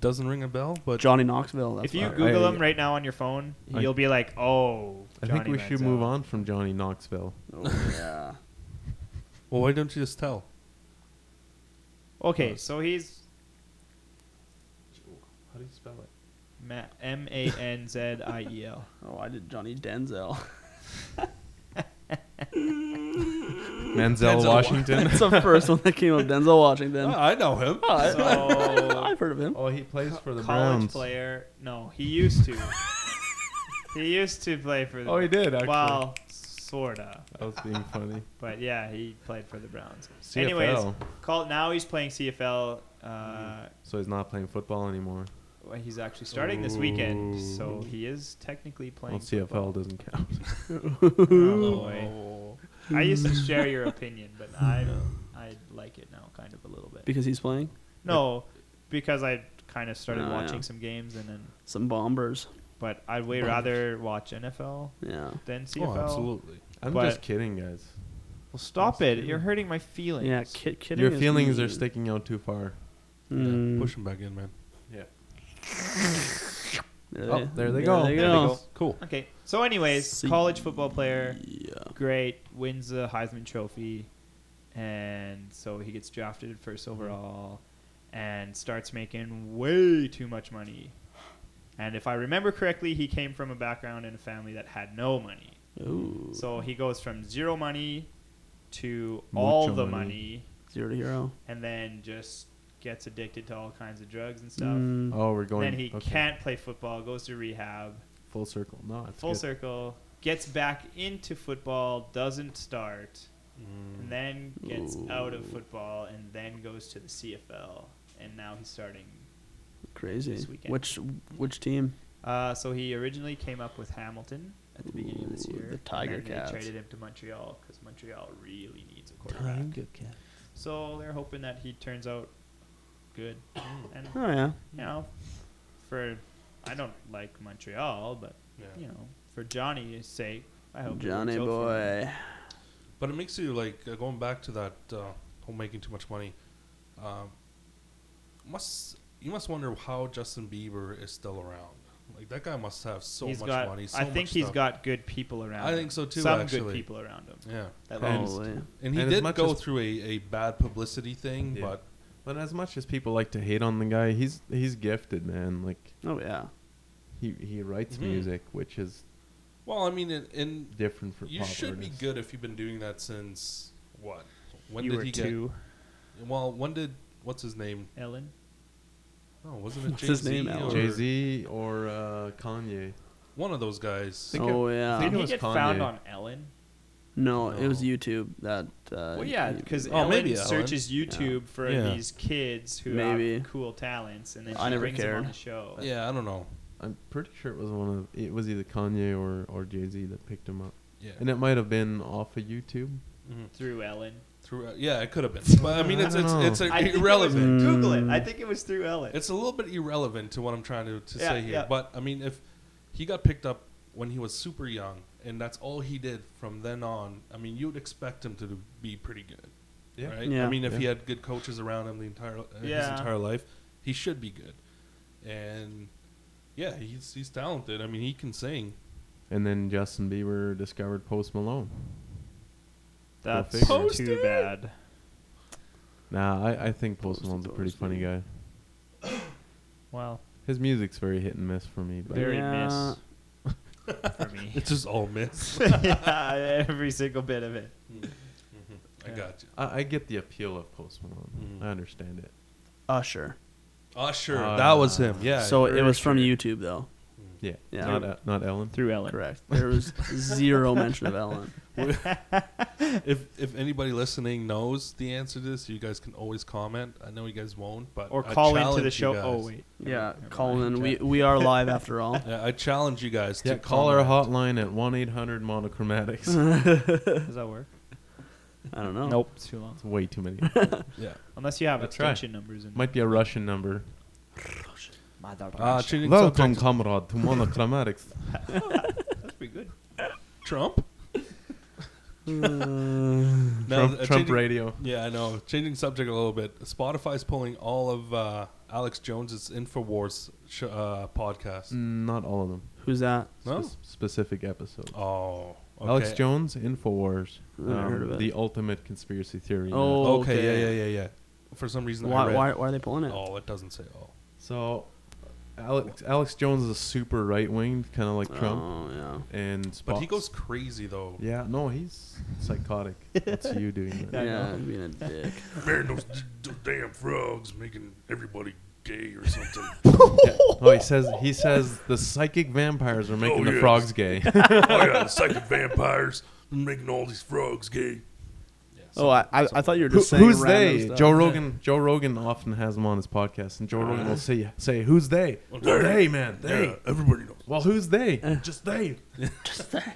Speaker 2: Doesn't ring a bell, but
Speaker 5: Johnny Knoxville. That's
Speaker 3: if you
Speaker 5: what I-
Speaker 3: Google
Speaker 1: I-
Speaker 3: him right now on your phone,
Speaker 1: I-
Speaker 3: you'll be like, oh.
Speaker 1: I
Speaker 3: Johnny
Speaker 1: think we should
Speaker 3: Manziel.
Speaker 1: move on from Johnny Knoxville.
Speaker 5: Oh, yeah.
Speaker 2: well, why don't you just tell?
Speaker 3: Okay, so he's
Speaker 2: How do you spell it?
Speaker 3: M A N Z I E L.
Speaker 5: Oh, I did Johnny Denzel.
Speaker 1: Manzel
Speaker 2: Denzel
Speaker 1: Washington.
Speaker 5: That's the first one that came up. Denzel Washington.
Speaker 2: Uh, I know him.
Speaker 5: Oh, I-
Speaker 3: So-
Speaker 5: I've heard of him.
Speaker 1: oh, he plays for the
Speaker 3: College
Speaker 1: Browns.
Speaker 3: player? No, he used to. he used to play for. the
Speaker 1: Oh, he did, actually.
Speaker 3: Well, sorta,
Speaker 1: That was being funny.
Speaker 3: but yeah, he played for the Browns.
Speaker 1: CFL.
Speaker 3: Anyways, Call now he's playing CFL. Uh,
Speaker 1: So he's not playing football anymore.
Speaker 3: well, He's actually starting this weekend, so
Speaker 1: Ooh.
Speaker 3: he is technically playing.
Speaker 1: Well, CFL
Speaker 3: football.
Speaker 1: doesn't count.
Speaker 3: Oh, boy. I used to share your opinion, but I I like it now, kind of a little bit.
Speaker 5: Because he's playing
Speaker 3: No, because I kind of started
Speaker 5: Oh, yeah.
Speaker 3: watching some games and then,
Speaker 5: some bombers.
Speaker 3: but I'd way rather watch NFL
Speaker 5: Yeah.
Speaker 3: than
Speaker 2: Oh,
Speaker 3: CFL.
Speaker 2: absolutely.
Speaker 1: I'm
Speaker 3: But-
Speaker 1: just kidding, guys.
Speaker 3: Well, stop it! You're hurting my feelings.
Speaker 5: Yeah. Kid, kidding.
Speaker 1: Your
Speaker 5: is
Speaker 1: feelings are
Speaker 5: mean.
Speaker 1: sticking out too far.
Speaker 5: Mm.
Speaker 2: Yeah, push him back in, man.
Speaker 3: Eh.
Speaker 5: There
Speaker 1: Oh, there they go.
Speaker 5: There they
Speaker 1: There
Speaker 5: go.
Speaker 2: Cool.
Speaker 3: Okay. So, anyways,
Speaker 5: See-
Speaker 3: college football player.
Speaker 5: Yeah.
Speaker 3: great, wins the Heisman Trophy, and so he gets drafted at first overall, and starts making way too much money. And if I remember correctly, he came from a background and a family that had no money,
Speaker 5: Ooh.
Speaker 3: so he goes from zero money to all
Speaker 1: Mucho
Speaker 3: the
Speaker 1: money.
Speaker 3: money
Speaker 5: Zero to hero.
Speaker 3: and then just gets addicted to all kinds of drugs and stuff.
Speaker 5: Mm.
Speaker 1: Oh, we're going.
Speaker 3: Mm-hmm. then he
Speaker 1: okay.
Speaker 3: can't play football, goes to rehab,
Speaker 1: full circle. No, it's
Speaker 3: full
Speaker 1: good.
Speaker 3: circle, gets back into football, doesn't start,
Speaker 1: Mm.
Speaker 2: Mm,
Speaker 3: and then gets out of
Speaker 5: Ooh.
Speaker 3: football, and then goes to the CFL, and now he's starting.
Speaker 5: Crazy.
Speaker 3: This weekend.
Speaker 5: Which which team?
Speaker 3: Uh, so he originally came up with Hamilton at the beginning of this
Speaker 5: Ooh,
Speaker 3: year.
Speaker 5: the Tiger
Speaker 3: and then
Speaker 5: Cats.
Speaker 3: They traded him to Montreal because Montreal really needs a quarterback. So they're hoping that he turns out good, and
Speaker 5: Oh yeah.
Speaker 3: you know, for I don't like Montreal, but
Speaker 2: Yeah.
Speaker 3: you know, for Johnny's sake, I hope it
Speaker 5: Johnny
Speaker 3: works out for him.
Speaker 5: boy.
Speaker 2: But it makes you like uh, going back to that uh, whole making too much money. Um, must you must wonder how Justin Bieber is still around? Like that guy must have so
Speaker 3: He's
Speaker 2: much
Speaker 3: got,
Speaker 2: money. So
Speaker 3: I think
Speaker 2: much
Speaker 3: he's
Speaker 2: stuff.
Speaker 3: got good people around.
Speaker 2: I
Speaker 3: him.
Speaker 2: think so too,
Speaker 3: Some good
Speaker 2: actually.
Speaker 3: people around him.
Speaker 2: yeah,
Speaker 3: That
Speaker 1: And-
Speaker 3: least.
Speaker 5: Probably.
Speaker 2: and he
Speaker 1: And as
Speaker 2: did
Speaker 1: much
Speaker 2: go
Speaker 1: as-
Speaker 2: through a, a bad publicity thing,
Speaker 1: Yeah.
Speaker 2: but
Speaker 1: But as much as people like to hate on the guy, he's he's gifted, man. Like
Speaker 5: Oh yeah.
Speaker 1: he he writes
Speaker 2: Mhm.
Speaker 3: Mm-hmm.
Speaker 1: music, which is
Speaker 2: well, I mean, in, in
Speaker 1: different for
Speaker 2: you
Speaker 1: pop
Speaker 2: should
Speaker 1: artists.
Speaker 2: be good if you've been doing that since what? When
Speaker 3: you
Speaker 2: did
Speaker 3: were
Speaker 2: he
Speaker 3: two,
Speaker 2: get? Well, when did what's his name?
Speaker 3: Ellen.
Speaker 2: No, wasn't it
Speaker 5: What's
Speaker 2: Jay
Speaker 5: his
Speaker 2: Z?
Speaker 5: name, Alan?
Speaker 1: Jay Z or uh, Kanye.
Speaker 2: One of those guys.
Speaker 1: Think think
Speaker 5: oh
Speaker 3: Did
Speaker 5: yeah.
Speaker 1: it
Speaker 3: he
Speaker 1: was
Speaker 3: get
Speaker 1: Kanye.
Speaker 3: found on Ellen?
Speaker 5: No, it was
Speaker 2: No.
Speaker 5: YouTube that. Uh,
Speaker 3: Well, yeah,
Speaker 5: you-
Speaker 3: because
Speaker 2: Oh,
Speaker 3: Ellen
Speaker 2: maybe Ellen.
Speaker 3: searches YouTube for
Speaker 1: Yeah.
Speaker 3: these kids who
Speaker 5: Maybe.
Speaker 3: have cool talents, and then she
Speaker 5: I never
Speaker 3: brings them on
Speaker 5: cared.
Speaker 3: the show.
Speaker 2: Yeah, I don't know.
Speaker 1: I'm pretty sure it was one of it was either Kanye or or Jay Z that picked him up,
Speaker 2: Yeah.
Speaker 1: and it might have been off of YouTube.
Speaker 2: Mhm.
Speaker 3: Through Ellen,
Speaker 2: Throughout, yeah, it could have been. But I mean, it's
Speaker 1: I
Speaker 2: it's
Speaker 1: don't
Speaker 2: it's
Speaker 1: know.
Speaker 2: a,
Speaker 3: I think it was-
Speaker 2: irrelevant.
Speaker 3: Google it. I think it was through Ellen.
Speaker 2: It's a little bit irrelevant to what I'm trying to, to
Speaker 3: Yeah,
Speaker 2: say here.
Speaker 3: yeah.
Speaker 2: But I mean, if he got picked up when he was super young, and that's all he did from then on, I mean, you'd expect him to do- be pretty good,
Speaker 1: Yeah.
Speaker 2: right? I
Speaker 5: Yeah.
Speaker 2: mean, if he
Speaker 1: Yeah.
Speaker 2: had good coaches around him the entire uh, his
Speaker 3: Yeah.
Speaker 2: entire life, he should be good. And yeah, he's he's talented. I mean, he can sing.
Speaker 1: And then Justin Bieber discovered Post Malone.
Speaker 3: That's
Speaker 1: figure.
Speaker 3: too
Speaker 2: Posted.
Speaker 3: bad.
Speaker 1: Nah, I, I think Post
Speaker 5: Post-
Speaker 1: Malone's a pretty
Speaker 5: Post
Speaker 1: funny guy.
Speaker 3: Well,
Speaker 1: His music's very hit and miss for me, but
Speaker 3: very
Speaker 5: Yeah.
Speaker 3: miss for me.
Speaker 2: It's just all miss.
Speaker 3: yeah, every single bit of it.
Speaker 2: I
Speaker 3: Yeah.
Speaker 2: got you.
Speaker 1: I, I get the appeal of Post Malone.
Speaker 2: Mhm.
Speaker 1: I understand it.
Speaker 5: Usher.
Speaker 2: Usher,
Speaker 1: Uh,
Speaker 2: that was him. Yeah.
Speaker 5: so it
Speaker 2: for
Speaker 5: was from
Speaker 2: sure.
Speaker 5: YouTube though.
Speaker 1: Yeah,
Speaker 5: Yeah.
Speaker 1: not uh, not Ellen.
Speaker 3: Through Ellen.
Speaker 5: Correct. There was zero mention of Ellen.
Speaker 2: if if anybody listening knows the answer to this, you guys can always comment. I know you guys won't, but
Speaker 3: Or
Speaker 2: I
Speaker 3: call into
Speaker 2: challenge you
Speaker 3: the show.
Speaker 2: guys-
Speaker 3: Oh, wait.
Speaker 5: Yeah,
Speaker 3: Never
Speaker 5: call
Speaker 3: mind.
Speaker 5: in. We we are live after all.
Speaker 2: Yeah, I challenge you guys
Speaker 1: Yeah,
Speaker 2: to
Speaker 1: call our
Speaker 2: comment.
Speaker 1: hotline at one eight hundred monochromatics.
Speaker 5: I
Speaker 3: Does that work?
Speaker 5: don't know.
Speaker 3: Nope, it's too long.
Speaker 1: it's way too many.
Speaker 2: Yeah.
Speaker 3: Unless you have
Speaker 1: Let's try.
Speaker 3: extension numbers. In
Speaker 1: Might be a Russian number.
Speaker 2: Uh, changing
Speaker 1: Welcome,
Speaker 2: subject.
Speaker 1: comrade, to monochromatics.
Speaker 3: That's pretty good.
Speaker 2: Trump. No,
Speaker 1: Trump,
Speaker 2: uh,
Speaker 1: Trump
Speaker 2: changing-
Speaker 1: radio.
Speaker 2: Yeah, I know. Changing subject a little bit. Spotify's pulling all of uh, Alex Jones's Infowars sh- uh, podcast.
Speaker 1: Mm, Not all of them.
Speaker 5: Who's that?
Speaker 2: No?
Speaker 1: Spec- specific episodes.
Speaker 2: Oh, okay.
Speaker 1: Alex Jones, Infowars,
Speaker 5: Never
Speaker 1: um,
Speaker 5: heard of it.
Speaker 1: the ultimate conspiracy theory. Uh, nut.
Speaker 5: Oh.
Speaker 2: Okay,
Speaker 5: Okay.
Speaker 2: yeah, yeah, yeah, yeah. For some reason, I
Speaker 5: Why,
Speaker 2: read.
Speaker 5: why why are they pulling it?
Speaker 2: Oh, it doesn't say all.
Speaker 1: So, Alex Alex Jones is a super right winged, kind of like Trump,
Speaker 5: Oh yeah.
Speaker 1: and
Speaker 2: But he
Speaker 1: Spock's-
Speaker 2: goes crazy though.
Speaker 1: Yeah, no, he's psychotic. That's you doing that.
Speaker 3: I
Speaker 5: Yeah,
Speaker 3: know.
Speaker 5: being a dick.
Speaker 2: Man, those, those damn frogs making everybody gay or something. Oh,
Speaker 1: Yeah. No, he says he says the psychic vampires are making
Speaker 2: Oh,
Speaker 1: the
Speaker 2: yes.
Speaker 1: frogs gay.
Speaker 2: oh yeah, psychic vampires making all these frogs gay. Yeah,
Speaker 5: Oh, I, I, I thought you were
Speaker 1: Who-
Speaker 5: just saying
Speaker 1: who's
Speaker 5: random
Speaker 1: they?
Speaker 5: stuff.
Speaker 1: Joe Rogan. Joe Rogan often has them on his podcast, and Joe Rogan will say, "Say who's they?
Speaker 2: Well,
Speaker 1: Well,
Speaker 2: they.
Speaker 1: they, man, they.
Speaker 2: everybody knows.
Speaker 1: Well, who's they?
Speaker 5: Uh.
Speaker 1: Just they.
Speaker 5: Just they.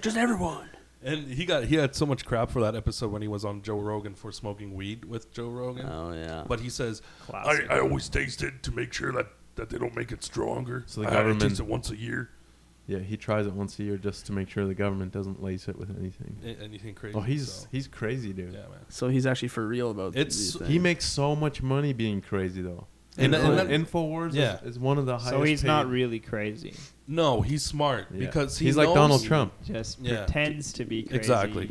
Speaker 5: Just everyone.
Speaker 2: And he got he had so much crap for that episode when he was on Joe Rogan for smoking weed with Joe Rogan.
Speaker 5: Oh yeah.
Speaker 2: But he says
Speaker 3: Classic.
Speaker 2: always taste it to make sure that, that they don't make it stronger.
Speaker 1: So the government-
Speaker 2: once a year.
Speaker 1: Yeah, he tries it once a year just to make sure the government doesn't lace it with anything.
Speaker 2: A- Anything crazy?
Speaker 1: Oh, he's
Speaker 2: so-
Speaker 1: he's crazy, dude.
Speaker 2: yeah, man.
Speaker 5: so he's actually for real about
Speaker 2: It's-
Speaker 5: these
Speaker 2: he
Speaker 5: things.
Speaker 1: He makes so much money being crazy though.
Speaker 2: And-
Speaker 1: Info-
Speaker 2: and that-
Speaker 1: Infowars
Speaker 2: yeah.
Speaker 1: is, is one of the highest.
Speaker 3: So he's not
Speaker 1: paid-
Speaker 3: really crazy.
Speaker 2: No, he's smart
Speaker 1: Yeah.
Speaker 2: because he
Speaker 1: he's like
Speaker 2: knows-
Speaker 1: Donald Trump.
Speaker 3: Just
Speaker 2: Yeah.
Speaker 3: pretends to be crazy.
Speaker 2: Exactly.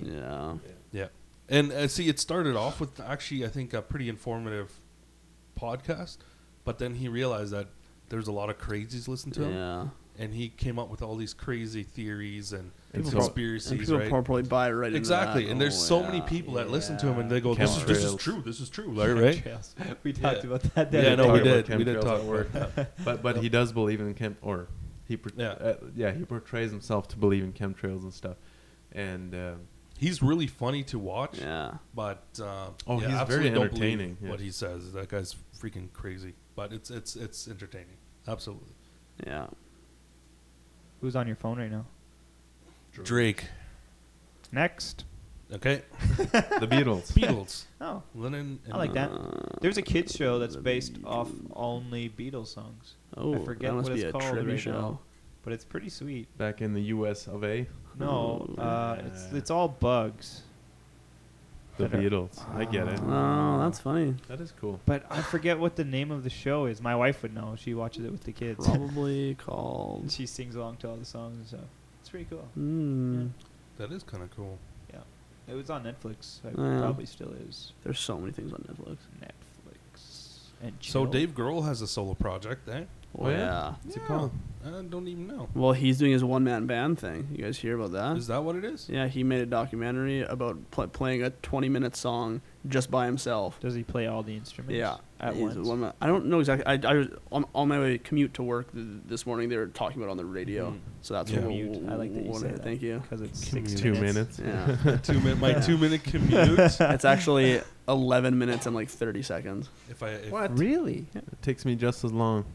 Speaker 5: Yeah.
Speaker 2: And uh, see, it started off with actually, I think, a pretty informative podcast, but then he realized that there's a lot of crazies listening to him,
Speaker 5: Yeah.
Speaker 2: and he came up with all these crazy theories and
Speaker 1: And
Speaker 5: People
Speaker 1: so-
Speaker 5: prob-
Speaker 2: conspiracies,
Speaker 5: and people
Speaker 2: right?
Speaker 5: probably buy right into
Speaker 2: exactly,
Speaker 5: that.
Speaker 2: and there's
Speaker 5: Oh,
Speaker 2: so
Speaker 5: yeah,
Speaker 2: many people that listen to him and they go, "This is this is
Speaker 1: Chemtrails.
Speaker 2: true. This is true." Like, right?
Speaker 3: Chemtrails. We talked about that.
Speaker 2: Yeah,
Speaker 3: the other
Speaker 2: no, we
Speaker 3: day.
Speaker 2: did.
Speaker 1: about
Speaker 2: We did
Speaker 1: chemtrails
Speaker 2: talk
Speaker 1: at
Speaker 2: about
Speaker 1: work. but but he does believe in chem or he por-
Speaker 2: Yeah.
Speaker 1: uh, yeah he portrays himself to believe in chemtrails and stuff and uh,
Speaker 2: He's really funny to watch,
Speaker 5: Yeah.
Speaker 2: but uh,
Speaker 1: Oh,
Speaker 2: yeah,
Speaker 1: he's
Speaker 2: absolutely
Speaker 1: very
Speaker 2: don't believe
Speaker 1: entertaining, yeah.
Speaker 2: What he says, that guy's freaking crazy, but it's it's it's entertaining. Absolutely,
Speaker 5: Yeah.
Speaker 3: Who's on your phone right now?
Speaker 2: Drake.
Speaker 3: Next.
Speaker 2: Okay,
Speaker 1: the Beatles
Speaker 2: Beatles,
Speaker 3: Oh,
Speaker 2: Lennon. And
Speaker 3: I like that.
Speaker 5: Uh,
Speaker 3: There's a kids show that's based off only Beatles songs,
Speaker 5: Oh,
Speaker 3: forget
Speaker 5: that must
Speaker 3: what
Speaker 5: be
Speaker 3: it's
Speaker 5: a
Speaker 3: called
Speaker 5: trivia
Speaker 3: right
Speaker 5: show.
Speaker 3: now. but it's pretty sweet.
Speaker 1: back in the U.S. of A.
Speaker 3: No,
Speaker 5: Oh,
Speaker 3: uh, it's
Speaker 1: yeah.
Speaker 3: it's all bugs.
Speaker 1: The
Speaker 3: That are-
Speaker 1: Beatles, I get it.
Speaker 5: Oh, that's funny.
Speaker 1: That is cool.
Speaker 3: But I forget what the name of the show is. My wife would know. She watches it with the kids.
Speaker 5: Probably
Speaker 3: And
Speaker 5: called.
Speaker 3: she sings along to all the songs and stuff. It's pretty cool.
Speaker 5: Hmm.
Speaker 2: That is kind of cool.
Speaker 3: It was on Netflix. It
Speaker 5: Oh, Yeah.
Speaker 3: probably still is.
Speaker 5: There's so many things on Netflix.
Speaker 3: Netflix. And chill.
Speaker 2: So Dave Grohl has a solo project, eh?
Speaker 1: Oh, yeah?
Speaker 2: What's
Speaker 1: it called?
Speaker 2: I don't even know.
Speaker 5: Well, he's doing his one man band thing. You guys hear about that?
Speaker 2: Is that what it is?
Speaker 5: Yeah, he made a documentary about pl- playing a 20 minute song just by himself.
Speaker 3: does he play all the instruments?
Speaker 5: Yeah,
Speaker 3: at
Speaker 5: he's
Speaker 3: once.
Speaker 5: a one man- I don't know exactly. I, I was on, on my way commute to work th- this morning. They were talking about it on the radio,
Speaker 2: Mhm.
Speaker 5: so that's
Speaker 2: Yeah.
Speaker 5: what
Speaker 3: Commute. Mm-hmm. I like that you
Speaker 5: what-
Speaker 3: say that.
Speaker 5: Thank you.
Speaker 3: because it's six
Speaker 1: Two minutes.
Speaker 5: Yeah,
Speaker 2: two min- my
Speaker 5: Yeah.
Speaker 2: two minute commute.
Speaker 5: it's actually 11 minutes and like 30 seconds.
Speaker 2: if I if
Speaker 3: Really?
Speaker 1: It takes me just as long.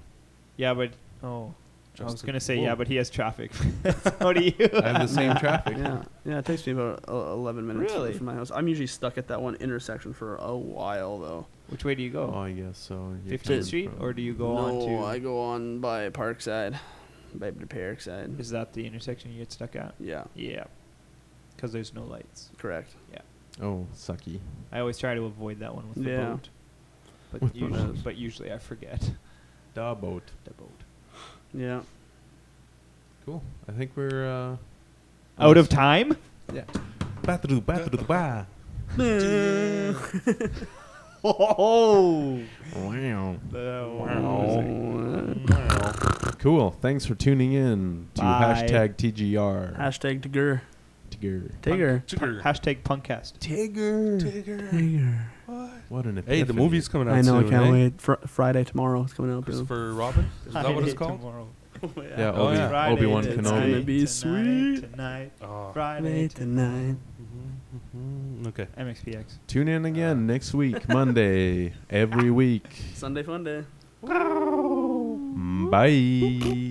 Speaker 3: Yeah, but oh, I was
Speaker 2: Justin-
Speaker 3: gonna say yeah,
Speaker 2: Whoa.
Speaker 3: but he has traffic. so do you?
Speaker 1: I have the same traffic.
Speaker 5: Yeah, yeah, it takes me about uh, 11 minutes
Speaker 3: Really?
Speaker 5: from my house. I'm usually stuck at that one intersection for a while though.
Speaker 3: Which way do you
Speaker 1: Oh,
Speaker 3: go?
Speaker 1: I guess so. You're
Speaker 3: 15th
Speaker 1: coming
Speaker 3: Street,
Speaker 1: from-
Speaker 3: or do you go
Speaker 5: no,
Speaker 3: on to?
Speaker 5: I go on by Parkside, by the Parkside.
Speaker 3: Is that the intersection you get stuck at?
Speaker 5: yeah,
Speaker 3: Yeah, because there's no lights.
Speaker 5: correct.
Speaker 1: Oh, sucky.
Speaker 3: I always try to avoid that one with the
Speaker 5: Yeah.
Speaker 3: boat. But
Speaker 1: With the
Speaker 3: usually,
Speaker 5: boat.
Speaker 3: but usually I forget
Speaker 1: Da boat.
Speaker 3: the boat.
Speaker 5: Yeah.
Speaker 1: Cool. I think we're uh,
Speaker 3: Out of time.
Speaker 1: Batru, batru, ba.
Speaker 3: Oh,
Speaker 1: Wow.
Speaker 5: Wow.
Speaker 2: Hmm.
Speaker 1: Cool. Thanks for tuning in to
Speaker 3: Bye.
Speaker 1: hashtag TGR.
Speaker 5: Hashtag Tigger.
Speaker 1: Tigger.
Speaker 5: Tigger.
Speaker 2: Sugar.
Speaker 3: Hashtag punkcast.
Speaker 1: Tigger.
Speaker 2: Tigger.
Speaker 5: Tigger.
Speaker 2: What?
Speaker 1: What an epiphany.
Speaker 2: Hey, the movie's coming out
Speaker 5: I know,
Speaker 2: soon.
Speaker 5: I can't
Speaker 2: eh?
Speaker 5: wait. Fr- Friday tomorrow, it's coming out. bro.
Speaker 2: Christopher Robin? Is that what it's called?
Speaker 3: Tomorrow.
Speaker 1: Yeah,
Speaker 2: Oh,
Speaker 1: Obi-
Speaker 2: yeah.
Speaker 1: Obi-Wan
Speaker 5: Friday, it's
Speaker 1: Kenobi.
Speaker 5: gonna be
Speaker 3: tonight,
Speaker 5: sweet.
Speaker 3: tonight.
Speaker 2: Oh.
Speaker 3: Friday
Speaker 5: Friday tonight.
Speaker 2: Mhm, mhm. Okay.
Speaker 3: MXPX.
Speaker 1: Tune in again next week, Monday, every week.
Speaker 5: Sunday fun day.
Speaker 1: Bye.